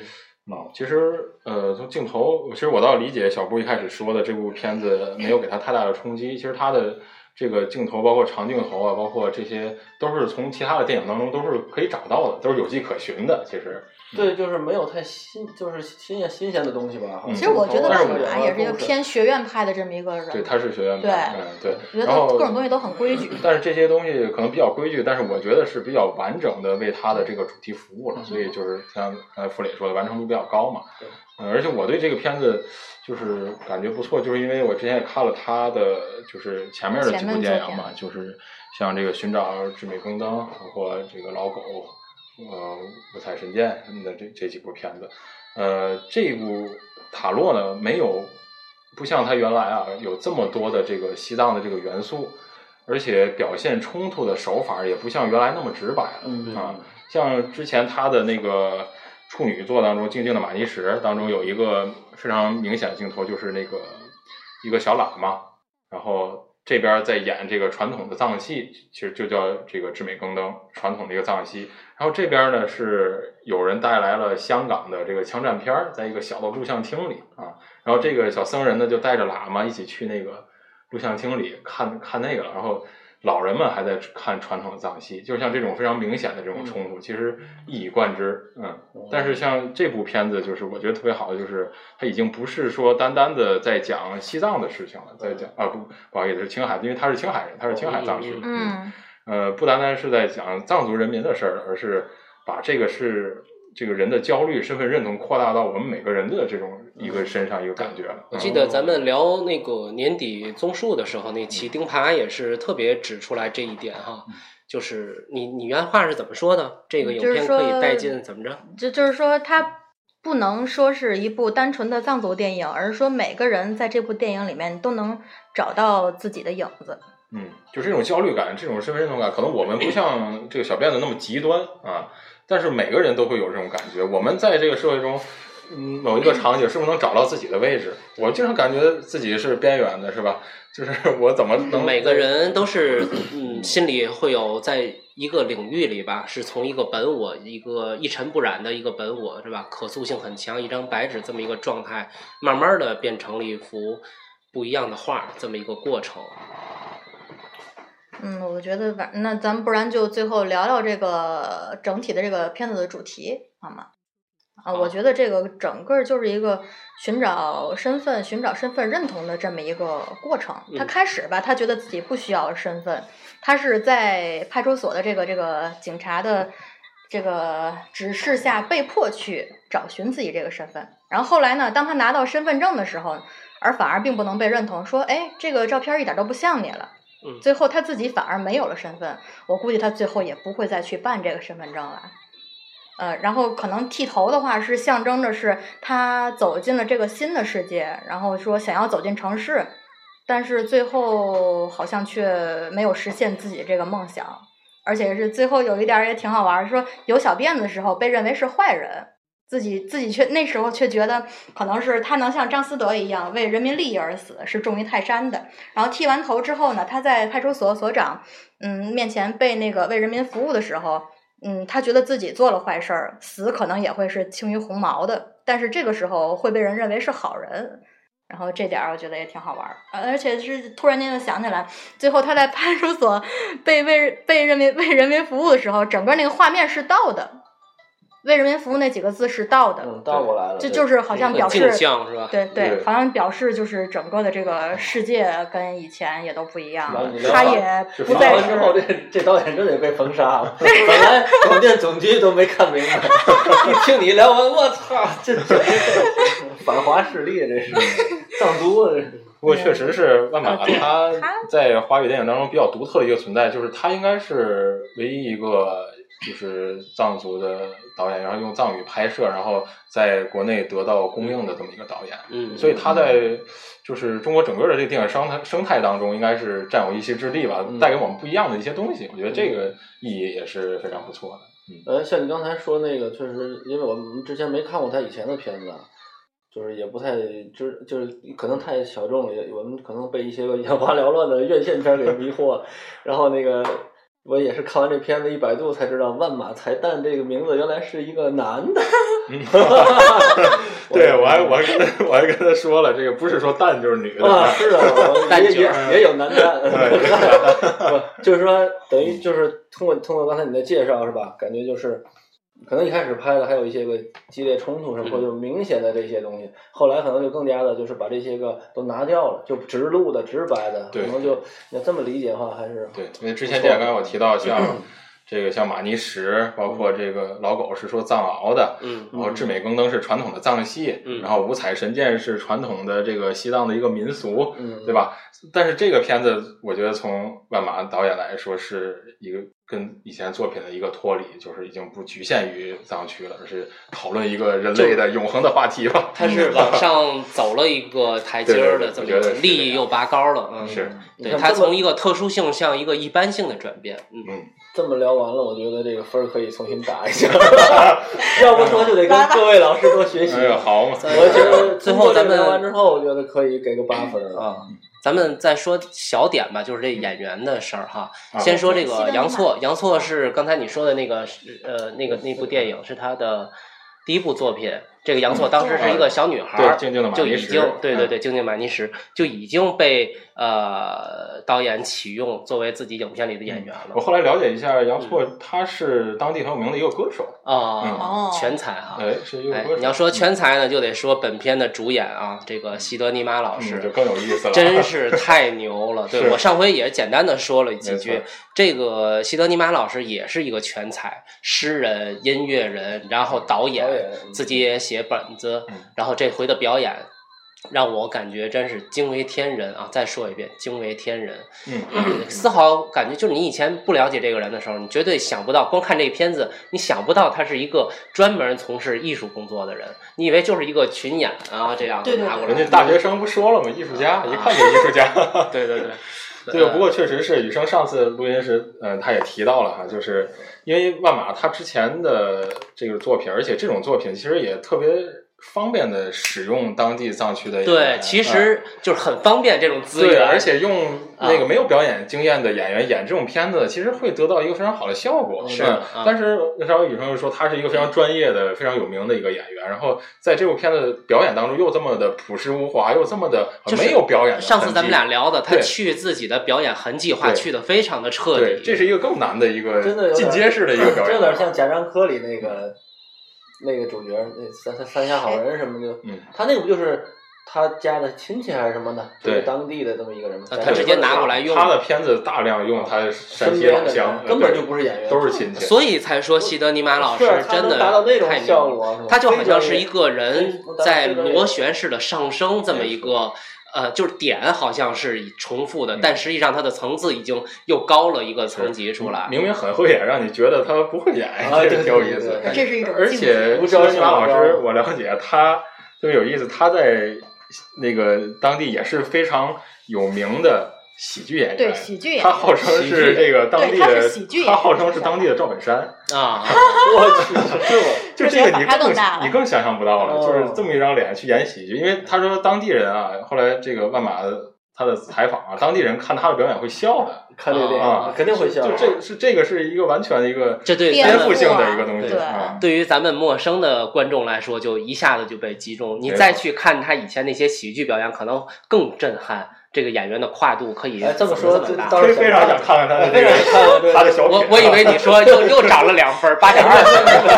Speaker 5: 啊，其实呃，从镜头，其实我倒理解小布一开始说的这部片子没有给他太大的冲击。其实他的这个镜头，包括长镜头啊，包括这些，都是从其他的电影当中都是可以找到的，都是有迹可循的。其实，
Speaker 4: 对，就是没有太新，就是新鲜新鲜的东西吧。好像
Speaker 5: 嗯
Speaker 3: 其实我觉得
Speaker 5: 但
Speaker 3: 万
Speaker 5: 是
Speaker 4: 镜头啊
Speaker 5: 我
Speaker 3: 马也是一个
Speaker 4: 故事
Speaker 3: 偏学院派的这么一个人，
Speaker 5: 对，他是学院
Speaker 3: 对
Speaker 5: 派，嗯，对。
Speaker 3: 我觉得
Speaker 5: 然后
Speaker 3: 他各种东西都很规矩。
Speaker 5: 但是这些东西可能比较规矩，但是我觉得是比较完整的为他的这个主题服务了，所以就是像刚才傅磊说的，完成度比较高嘛。
Speaker 4: 对
Speaker 5: 嗯，而且我对这个片子就是感觉不错，就是因为我之前也看了他的就是前面的几
Speaker 3: 前
Speaker 5: 部
Speaker 3: 面
Speaker 5: 电
Speaker 3: 作
Speaker 5: 影嘛，就是像这个《寻找致美更登》，包括这个《老狗》，呃，《五彩神剑》什么的这这几部片子。呃，这一部塔洛呢，没有不像他原来啊有这么多的这个西藏的这个元素，而且表现冲突的手法也不像原来那么直白了、
Speaker 4: 嗯
Speaker 5: 啊。像之前他的那个处女作当中，《静静的玛尼石》当中有一个非常明显的镜头，就是那个一个小喇嘛，然后这边在演这个传统的藏戏，其实就叫这个至美更登，传统的一个藏戏。然后这边呢是有人带来了香港的这个枪战片儿，在一个小的录像厅里啊，然后这个小僧人呢就带着喇嘛一起去那个录像厅里看看那个了，然后老人们还在看传统的藏戏，就像这种非常明显的这种冲突，其实一以贯之，嗯。但是像这部片子，就是我觉得特别好的，就是它已经不是说单单的在讲西藏的事情了，在讲啊不不好意思是青海，因为他是青海人，他是青
Speaker 2: 哦
Speaker 5: 海藏区，
Speaker 3: 嗯，
Speaker 5: 呃，不单单是在讲藏族人民的事儿，而是把这个是这个人的焦虑、身份认同扩大到我们每个人的这种一个身上一个感觉了。
Speaker 2: 我记得咱们聊那个年底综述的时候，那期钉耙也是特别指出来这一点哈，
Speaker 5: 嗯
Speaker 2: 就是你你原话是怎么说的？这个影
Speaker 3: 嗯就是
Speaker 2: 片可
Speaker 3: 说
Speaker 2: 以带进怎么着？
Speaker 3: 就就是说它不能说是一部单纯的藏族电影，而是说每个人在这部电影里面都能找到自己的影子。
Speaker 5: 嗯，就这种焦虑感、这种身份认同感，可能我们不像这个小辫子那么极端啊，但是每个人都会有这种感觉。我们在这个社会中，嗯，某一个场景是不是能找到自己的位置？我经常感觉自己是边缘的，是吧？就是 我怎么能
Speaker 2: 嗯每个人都 是，嗯，心里会有在一个领域里吧，是从一个本我，一个一尘不染的一个本我，是吧？可塑性很强，一张白纸这么一个状态，慢慢的变成了一幅不一样的画，这么一个过程。
Speaker 3: 嗯，我觉得吧，那咱们不然就最后聊聊这个整体的这个片子的主题好吗？啊，
Speaker 2: 好
Speaker 3: 我觉得这个整个就是一个寻找身份、寻找身份认同的这么一个过程。他
Speaker 2: 嗯
Speaker 3: 开始吧，他觉得自己不需要身份，他是在派出所的这个这个警察的这个指示下被迫去找寻自己这个身份。然后后来呢，当他拿到身份证的时候，而反而并不能被认同，说：“哎，这个照片一点都不像你了。”
Speaker 2: 嗯
Speaker 3: 最后他自己反而没有了身份，我估计他最后也不会再去办这个身份证了。呃，然后可能剃头的话是象征着是他走进了这个新的世界，然后说想要走进城市，但是最后好像却没有实现自己这个梦想，而且是最后有一点儿也挺好玩儿，说有小辫子的时候被认为是坏人，自己自己却那时候却觉得，可能是他能像张思德一样为人民利益而死，是重于泰山的。然后剃完头之后呢，他在派出所所长嗯面前被那个为人民服务的时候，嗯，他觉得自己做了坏事儿，死可能也会是轻于鸿毛的，但是这个时候会被人认为是好人。然后这点儿我觉得也挺好玩儿，呃而且是突然间就想起来，最后他在派出所 被为被人民为人民服务的时候，整个那个画面是倒的，为人民服务那几个字是倒的，
Speaker 4: 嗯，倒过来了，
Speaker 3: 这
Speaker 4: 对
Speaker 3: 就是好像表示
Speaker 2: 镜像 是吧？
Speaker 3: 对对，
Speaker 5: 对
Speaker 3: 好像表示就是整个的这个世界跟以前也都不一样
Speaker 4: 然
Speaker 3: 了
Speaker 4: 后你，知道
Speaker 3: 他也
Speaker 5: 是
Speaker 3: 不
Speaker 5: 发
Speaker 3: 再
Speaker 5: 完
Speaker 4: 完
Speaker 3: 是
Speaker 4: 之后，这这导演真得被封杀了。本来广电总局都没看明白，一听你聊完，我操，这这反华势力啊这是藏族啊，这是
Speaker 5: 不过确实是万马
Speaker 3: 啊对
Speaker 5: 他
Speaker 3: 他
Speaker 5: 在华语电影当中比较独特的一个存在，就是他应该是唯一一个就是藏族的导演，然后用藏语拍摄，然后在国内得到公映的这么一个导演。
Speaker 2: 嗯，
Speaker 5: 所以他在就是中国整个的这个电影生态生态当中，应该是占有一席之地吧，
Speaker 4: 嗯
Speaker 5: 带给我们不一样的一些东西。我觉得这个意义也是非常不错的。
Speaker 4: 呃，像你刚才说那个，确实，因为我们之前没看过他以前的片子啊，就是也不太知，就是可能太小众了，也我们可能被一些个眼花缭乱的院线片儿给迷惑。然后那个，我也是看完这片子一百度才知道，万马才旦这个名字原来是一个男的。
Speaker 5: 对，我还我还跟他我还跟他说了，这个不是说蛋就是女的，
Speaker 4: 啊，是啊，我
Speaker 2: 蛋
Speaker 4: 也
Speaker 2: 卷
Speaker 4: 也
Speaker 5: 儿
Speaker 4: 也有男蛋，
Speaker 5: 对也有
Speaker 4: 不就是说等于就是通过通过刚才你的介绍是吧？感觉就是可能一开始拍的还有一些个激烈冲突什么，
Speaker 2: 嗯
Speaker 4: 或者明显的这些东西，后来可能就更加的就是把这些个都拿掉了，就直录的、直白的，可
Speaker 5: 对
Speaker 4: 能就要这么理解的话，还是
Speaker 5: 对，因为之前电影刚才我提到， 像这个像马尼什，包括这个老狗是说藏獒的，
Speaker 2: 嗯
Speaker 5: 然后志美耕登是传统的藏戏，
Speaker 2: 嗯
Speaker 5: 然后五彩神剑是传统的这个西藏的一个民俗，
Speaker 4: 嗯，
Speaker 5: 对？吧？但是这个片子，我觉得从万马导演来说，是一个跟以前作品的一个脱离，就是已经不局限于藏区了，而是讨论一个人类的永恒的话题吧。
Speaker 2: 他 是往上走了一个台阶儿的这么一
Speaker 5: 对对对我觉
Speaker 2: 个
Speaker 5: 得是
Speaker 2: 利益又拔高了，嗯，
Speaker 5: 是，
Speaker 4: 你
Speaker 2: 对
Speaker 4: 看
Speaker 2: 他
Speaker 4: 这么
Speaker 2: 从一个特殊性向一个一般性的转变，嗯，
Speaker 4: 这么聊完了，我觉得这个分儿可以重新打一下，要不说就得跟各位老师多学习。
Speaker 5: 哎呀，好嘛，
Speaker 4: 我觉 得
Speaker 2: 最后咱们
Speaker 4: 通过这个聊完之后，我觉得可以给个八分儿
Speaker 2: 啊，咱们再说小点吧，就是这演员的事儿哈。
Speaker 5: 嗯啊
Speaker 2: 先说这
Speaker 3: 西
Speaker 2: 个
Speaker 3: 班牙
Speaker 2: 杨错，杨错是刚才你说的那个是呃那个那部电影是他的第一部作品。这个杨错当时是一个小女孩
Speaker 5: 对
Speaker 2: 儿，
Speaker 5: 静静的马
Speaker 2: 就
Speaker 5: 尼
Speaker 2: 已
Speaker 5: 什
Speaker 2: 经对对
Speaker 5: 嗯
Speaker 2: 对，静静马尼什就已经被呃导演启用作为自己影片里的演员
Speaker 5: 我
Speaker 2: 了啊
Speaker 5: 后来了解一下，
Speaker 2: 嗯
Speaker 5: 杨错他是当地很有名的一个歌手，
Speaker 2: 啊
Speaker 3: 哦，
Speaker 2: 全才哈。
Speaker 5: 哎，嗯是一个
Speaker 2: 哎
Speaker 5: 歌手。，
Speaker 2: 你要说全才呢，就得说本片的主演啊，这个西德尼玛老师
Speaker 5: 嗯，就更有意思了，
Speaker 2: 真是太牛 了！对
Speaker 5: 是
Speaker 2: 我上回也简单的说了几
Speaker 5: 没
Speaker 2: 句
Speaker 5: 错，
Speaker 2: 这个西德尼玛老师也是一个全才，诗人、音乐人，然后导演，
Speaker 4: 导演嗯
Speaker 2: 自己也写本子，
Speaker 5: 嗯
Speaker 2: 然后这回的表演。让我感觉真是惊为天人啊！再说一遍，惊为天 人，
Speaker 5: 嗯，
Speaker 2: 丝毫感觉就是你以前不了解这个人的时候，你绝对想不到，光看这片子，你想不到他是一个专门从事艺术工作的人，你以为就是一个群演啊这样
Speaker 3: 对对
Speaker 2: 拿过来，
Speaker 5: 人家大学生不说了吗？艺术家，一看就艺 术家。
Speaker 2: 对对对，呃
Speaker 5: 对，不过确实是雨生上次录音时，嗯、他也提到了哈，就是因为万马他之前的这个作品，而且这种作品其实也特别方便的使用当地藏区的演员啊
Speaker 2: 对，其实就是很方便这种资
Speaker 5: 嗯对，
Speaker 2: 源，
Speaker 5: 而且用那个
Speaker 2: 啊
Speaker 5: 没有表演经验的演员演这种片子，其实会得到一个非常好的效果。
Speaker 2: 是
Speaker 5: 嗯
Speaker 2: 啊
Speaker 5: 但是那时候雨生就说他是一个非常专业的、非常有名的一个演员，然后在这部片子表演当中又这么的朴实无华，又这么的
Speaker 2: 就是
Speaker 5: 没有表演的痕迹。
Speaker 2: 上次咱们俩聊的，他
Speaker 5: 对
Speaker 2: 去自己的表演痕迹化
Speaker 5: 对
Speaker 2: 去的非常的彻
Speaker 5: 对
Speaker 2: 底，，
Speaker 5: 这是一个更难的一个
Speaker 4: 真的有
Speaker 5: 进
Speaker 4: 点
Speaker 5: 阶式的一个表
Speaker 4: 这
Speaker 5: 演
Speaker 4: 有
Speaker 5: 方
Speaker 4: 点
Speaker 5: 法
Speaker 4: 像。贾樟柯里那个那个主角，那三
Speaker 2: 嗯
Speaker 4: 三三峡好人什么的，
Speaker 5: 嗯
Speaker 4: 他那个不就是他家的亲戚还是什么的，
Speaker 5: 对
Speaker 4: 就是当地的这么一个人吗？
Speaker 2: 啊
Speaker 4: 贾
Speaker 2: 他
Speaker 4: 樟柯
Speaker 2: 直接拿过来用
Speaker 5: 他的片子大量用他山
Speaker 4: 身
Speaker 5: 西
Speaker 4: 边
Speaker 5: 老
Speaker 4: 的
Speaker 5: 乡
Speaker 4: 人，
Speaker 5: 呃
Speaker 4: 根本
Speaker 5: 对
Speaker 4: 就不是演员，
Speaker 5: 都是亲戚。
Speaker 2: 所以才说西德尼玛老师
Speaker 4: 是啊他
Speaker 2: 真
Speaker 4: 能
Speaker 2: 的
Speaker 4: 达到那种
Speaker 2: 太牛
Speaker 4: 效
Speaker 2: 了，
Speaker 4: 果，
Speaker 2: 他就好像
Speaker 4: 非
Speaker 2: 是
Speaker 4: 专
Speaker 2: 一
Speaker 4: 业
Speaker 2: 个人在
Speaker 4: 非常
Speaker 2: 螺旋式的上升这么一个。呃，就是点好像是重复
Speaker 5: 嗯
Speaker 2: 的，但实际上它的层次已经又高了一个层级出来。
Speaker 5: 嗯明明很会演，让你觉得他不会演，
Speaker 4: 啊对
Speaker 5: 这个
Speaker 4: 对
Speaker 5: 挺有
Speaker 4: 对
Speaker 5: 意思
Speaker 4: 对
Speaker 5: 的。
Speaker 4: 对
Speaker 3: 这是一种
Speaker 5: 而
Speaker 3: 境
Speaker 5: 且
Speaker 3: 界
Speaker 5: 吴哲新老师，我了解他特别有意思，他在那个当地也是非常有名的喜剧演员，
Speaker 3: 对喜剧演
Speaker 5: 哎他
Speaker 3: 员，
Speaker 5: 号称
Speaker 2: 喜剧演
Speaker 5: 是这个当地
Speaker 3: 对他是
Speaker 5: 的
Speaker 3: 喜剧，演
Speaker 5: 他
Speaker 3: 员
Speaker 5: 号称是当地的赵本山，
Speaker 2: 啊，
Speaker 4: 我去，是吗？
Speaker 5: 就
Speaker 3: 这
Speaker 5: 这
Speaker 3: 把
Speaker 5: 个你
Speaker 3: 他
Speaker 5: 更
Speaker 3: 弄大了
Speaker 5: 你更想象不到了，
Speaker 4: 哦
Speaker 5: 就是这么一张脸去演喜剧，因为他说当地人啊，后来这个万马他的采访啊，当地人看他的表演会笑的，
Speaker 4: 看这个电
Speaker 5: 啊
Speaker 4: 影肯定会笑。
Speaker 5: 就这 是这个是一个完全的一个
Speaker 2: 这对
Speaker 3: 颠
Speaker 2: 咱
Speaker 5: 颠
Speaker 2: 们
Speaker 5: 覆性的一个东西
Speaker 3: 对
Speaker 5: 啊，
Speaker 2: 对于咱们陌生的观众来说，就一下子就被击中。你
Speaker 5: 没
Speaker 2: 再
Speaker 5: 错
Speaker 2: 去看他以前那些喜剧表演，可能更震撼。这个演员的跨度可以
Speaker 4: 哎这么说
Speaker 2: 么大
Speaker 4: 这。
Speaker 5: 所以非常想看看他的这
Speaker 4: 非常想看看
Speaker 5: 个
Speaker 4: 对
Speaker 5: 他的小品
Speaker 2: 我
Speaker 5: 啊，
Speaker 2: 我以为你说 又又涨了两分，八点
Speaker 4: 哎
Speaker 2: 二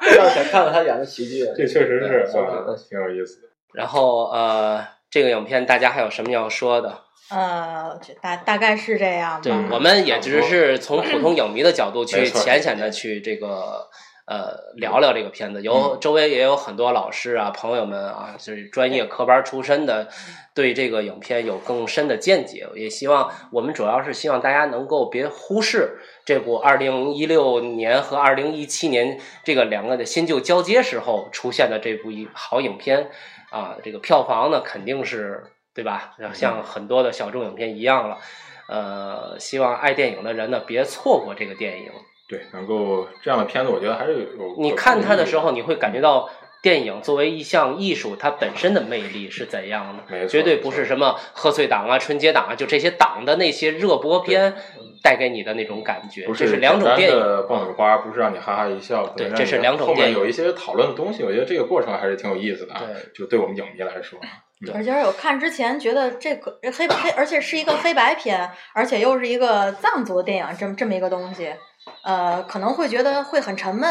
Speaker 4: 非常想看看他演的喜剧。
Speaker 5: 这确实
Speaker 4: 对
Speaker 5: 是
Speaker 4: 小品
Speaker 5: 啊，挺有意思的。
Speaker 2: 然后呃，这个影片大家还有什么要说的？
Speaker 3: 呃，就大大概是这样
Speaker 2: 对，
Speaker 3: 吧。
Speaker 2: 我们也只是从普通影迷的角度去
Speaker 5: 没错
Speaker 2: 浅浅的去这个呃聊聊这个片子。
Speaker 5: 嗯
Speaker 2: 有周围也有很多老师啊、朋友们啊，就是专业科班出身的，对这个影片有更深的见解。也希望我们主要是希望大家能够别忽视这部二零一六年和二零一七年这个两个的新旧交接时候出现的这部一好影片啊，这个票房呢肯定是对吧？
Speaker 5: 嗯
Speaker 2: 像很多的小众影片一样了。呃，希望爱电影的人呢别错过这个电影。
Speaker 5: 对，能够这样的片子，我觉得还是有有。
Speaker 2: 你
Speaker 5: 有
Speaker 2: 看它的时候，
Speaker 5: 意义
Speaker 2: 你会感觉到电影作为一项艺术，它本身的魅力是怎样的。
Speaker 5: 没错
Speaker 2: 绝对不是什么贺岁档啊、春节档啊，就这些档的那些热播片带给你的那种感觉，
Speaker 5: 不
Speaker 2: 这是
Speaker 5: 是
Speaker 2: 两种电
Speaker 5: 简单
Speaker 2: 影。
Speaker 5: 的爆米花，不是让你哈哈一笑，可
Speaker 2: 对
Speaker 5: 能让
Speaker 2: 这
Speaker 5: 你
Speaker 2: 是两种
Speaker 5: 后
Speaker 2: 电
Speaker 5: 面
Speaker 2: 影
Speaker 5: 有一些讨论的东西，我觉得这个过程还是挺有意思的啊。
Speaker 2: 对
Speaker 5: 就对我们影迷来说，啊
Speaker 3: 而且我看之前觉得这个这黑黑，而且是一个黑白片，而且又是一个藏族电影，这么这么一个东西，呃，可能会觉得会很沉闷。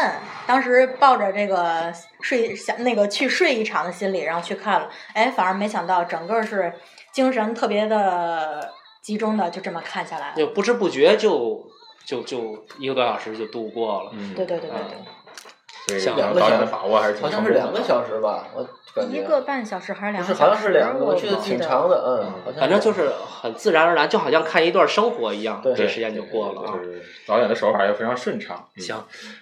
Speaker 3: 当时抱着这个睡想那个去睡一场的心理，然后去看了，哎，反而没想到整个是精神特别的集中的，就这么看下来了。
Speaker 2: 就不知不觉就就就一个多小时就度过了。
Speaker 5: 嗯，
Speaker 3: 对对
Speaker 4: 啊
Speaker 3: 对对对。
Speaker 5: 对，
Speaker 2: 像
Speaker 5: 所以可能导演的把握还是挺
Speaker 4: 好
Speaker 5: 成
Speaker 4: 像
Speaker 5: 功
Speaker 4: 是
Speaker 5: 的
Speaker 4: 两个小时吧，我感觉
Speaker 3: 一个半小时还是
Speaker 4: 不
Speaker 3: 两
Speaker 4: 是，
Speaker 3: 个
Speaker 4: 好
Speaker 3: 小时？
Speaker 4: 像是两个，
Speaker 3: 我
Speaker 4: 我记得
Speaker 3: 不
Speaker 4: 挺
Speaker 3: 记得
Speaker 4: 长的，嗯，
Speaker 5: 嗯
Speaker 4: 好像
Speaker 2: 反正就是很自然而然，就好像看一段生活一样，
Speaker 4: 对
Speaker 2: 这时间就过了啊
Speaker 5: 就。是导演的手法也非常顺畅。嗯
Speaker 2: 行，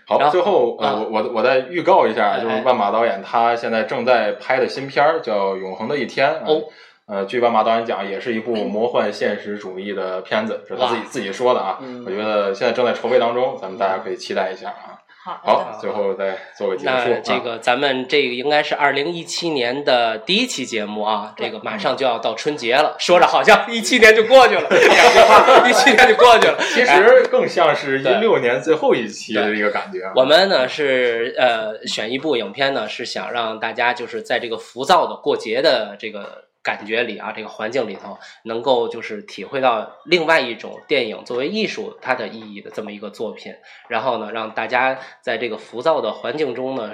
Speaker 2: 然
Speaker 5: 好，
Speaker 2: 后
Speaker 5: 最后呃，
Speaker 2: 啊
Speaker 5: 我我我再预告一下，
Speaker 2: 哎
Speaker 5: 就是万马导演他现在正在拍的新片儿叫《永恒的一天》呃
Speaker 2: 哦。哎
Speaker 5: 呃，据万马导演讲，也是一部魔幻现实主义的片子，这是他自己
Speaker 2: 哇
Speaker 5: 自己说的啊。
Speaker 4: 嗯
Speaker 5: 我觉得现在正在筹备当中，咱们大家可以期待一下啊。
Speaker 3: 好的
Speaker 5: 好，最后再做个结束
Speaker 2: 那
Speaker 5: 啊。
Speaker 2: 这个咱们这个应该是二零一七年的第一期节目啊，这
Speaker 3: 对
Speaker 2: 个马上就要到春节了，说着好像一七年就过去 了，感觉哈一七年就过去了。
Speaker 5: 啊其
Speaker 2: 哎
Speaker 5: 实更像是一六年最后一期的一个感觉啊。
Speaker 2: 我们呢是呃选一部影片呢，是想让大家就是在这个浮躁的过节的这个感觉里啊，这个环境里头，能够就是体会到另外一种电影作为艺术它的意义的这么一个作品。然后呢，让大家在这个浮躁的环境中呢，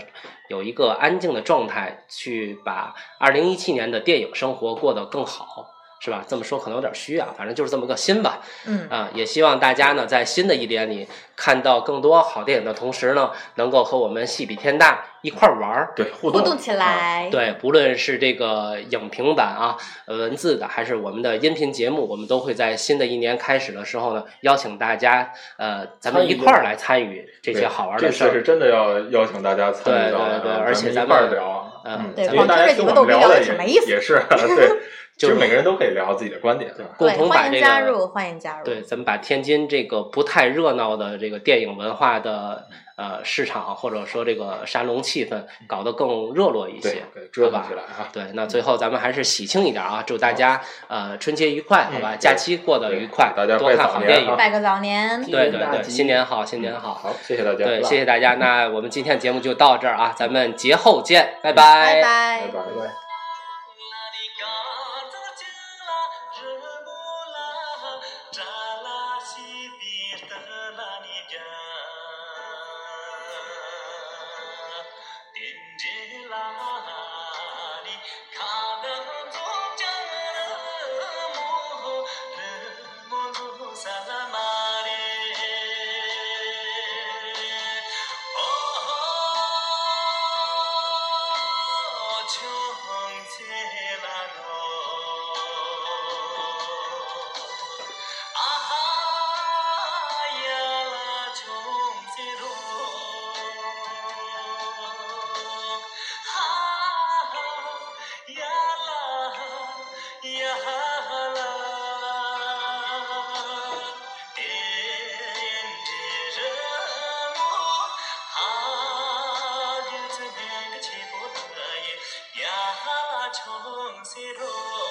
Speaker 2: 有一个安静的状态，去把二零一七年的电影生活过得更好。是吧？这么说可能有点虚啊，反正就是这么个心吧。
Speaker 3: 嗯，
Speaker 2: 啊，也希望大家呢，在新的一年里看到更多好电影的同时呢，能够和我们戏比天大一块儿玩儿。
Speaker 5: 对互
Speaker 3: 互
Speaker 5: 动
Speaker 3: 动
Speaker 4: 啊
Speaker 3: 起来。
Speaker 2: 对，不论是这个影评版啊、呃文字的，还是我们的音频节目，我们都会在新的一年开始的时候呢，邀请大家，呃，咱们一块儿来参与这些好玩的
Speaker 5: 这
Speaker 2: 事
Speaker 5: 次是
Speaker 2: 儿。
Speaker 5: 真的要邀请大家参与到来啊，
Speaker 2: 对对对而且咱
Speaker 5: 咱们一块
Speaker 2: 们
Speaker 5: 儿聊，
Speaker 2: 嗯
Speaker 5: 嗯，
Speaker 2: 对
Speaker 5: 因为大家听我们的也 也是啊对，其实每个人都可以聊自己的观点，啊
Speaker 2: 共同
Speaker 3: 欢
Speaker 2: 把
Speaker 3: 迎
Speaker 2: 这
Speaker 3: 加
Speaker 2: 个
Speaker 3: 入，欢迎加入。
Speaker 2: 对，咱们把天津这个不太热闹的这个电影文化的呃市场，或者说这个沙龙气氛，搞得更热络一
Speaker 5: 对
Speaker 2: 些。，
Speaker 5: 给折腾起来啊，
Speaker 2: 对，那最后咱们还是喜庆一点啊！祝大家呃春节愉快，好吧？假期过得愉快，
Speaker 5: 嗯对大家
Speaker 2: 多
Speaker 5: 拜
Speaker 2: 看
Speaker 5: 早
Speaker 2: 好
Speaker 5: 年
Speaker 2: 电影
Speaker 5: 啊。嗯
Speaker 3: 拜个早年。
Speaker 2: 对对
Speaker 4: 新年大
Speaker 2: 对，
Speaker 4: 吉
Speaker 2: 新年好，新年好。
Speaker 5: 好，谢谢大家，
Speaker 2: 对，谢谢大家。那我们今天节目就到这儿啊，咱们节后见，拜
Speaker 3: 拜
Speaker 5: 拜
Speaker 3: 拜。
Speaker 5: 拜。
Speaker 4: 拜。
Speaker 6: Oh, oh, oh, oh. 청새로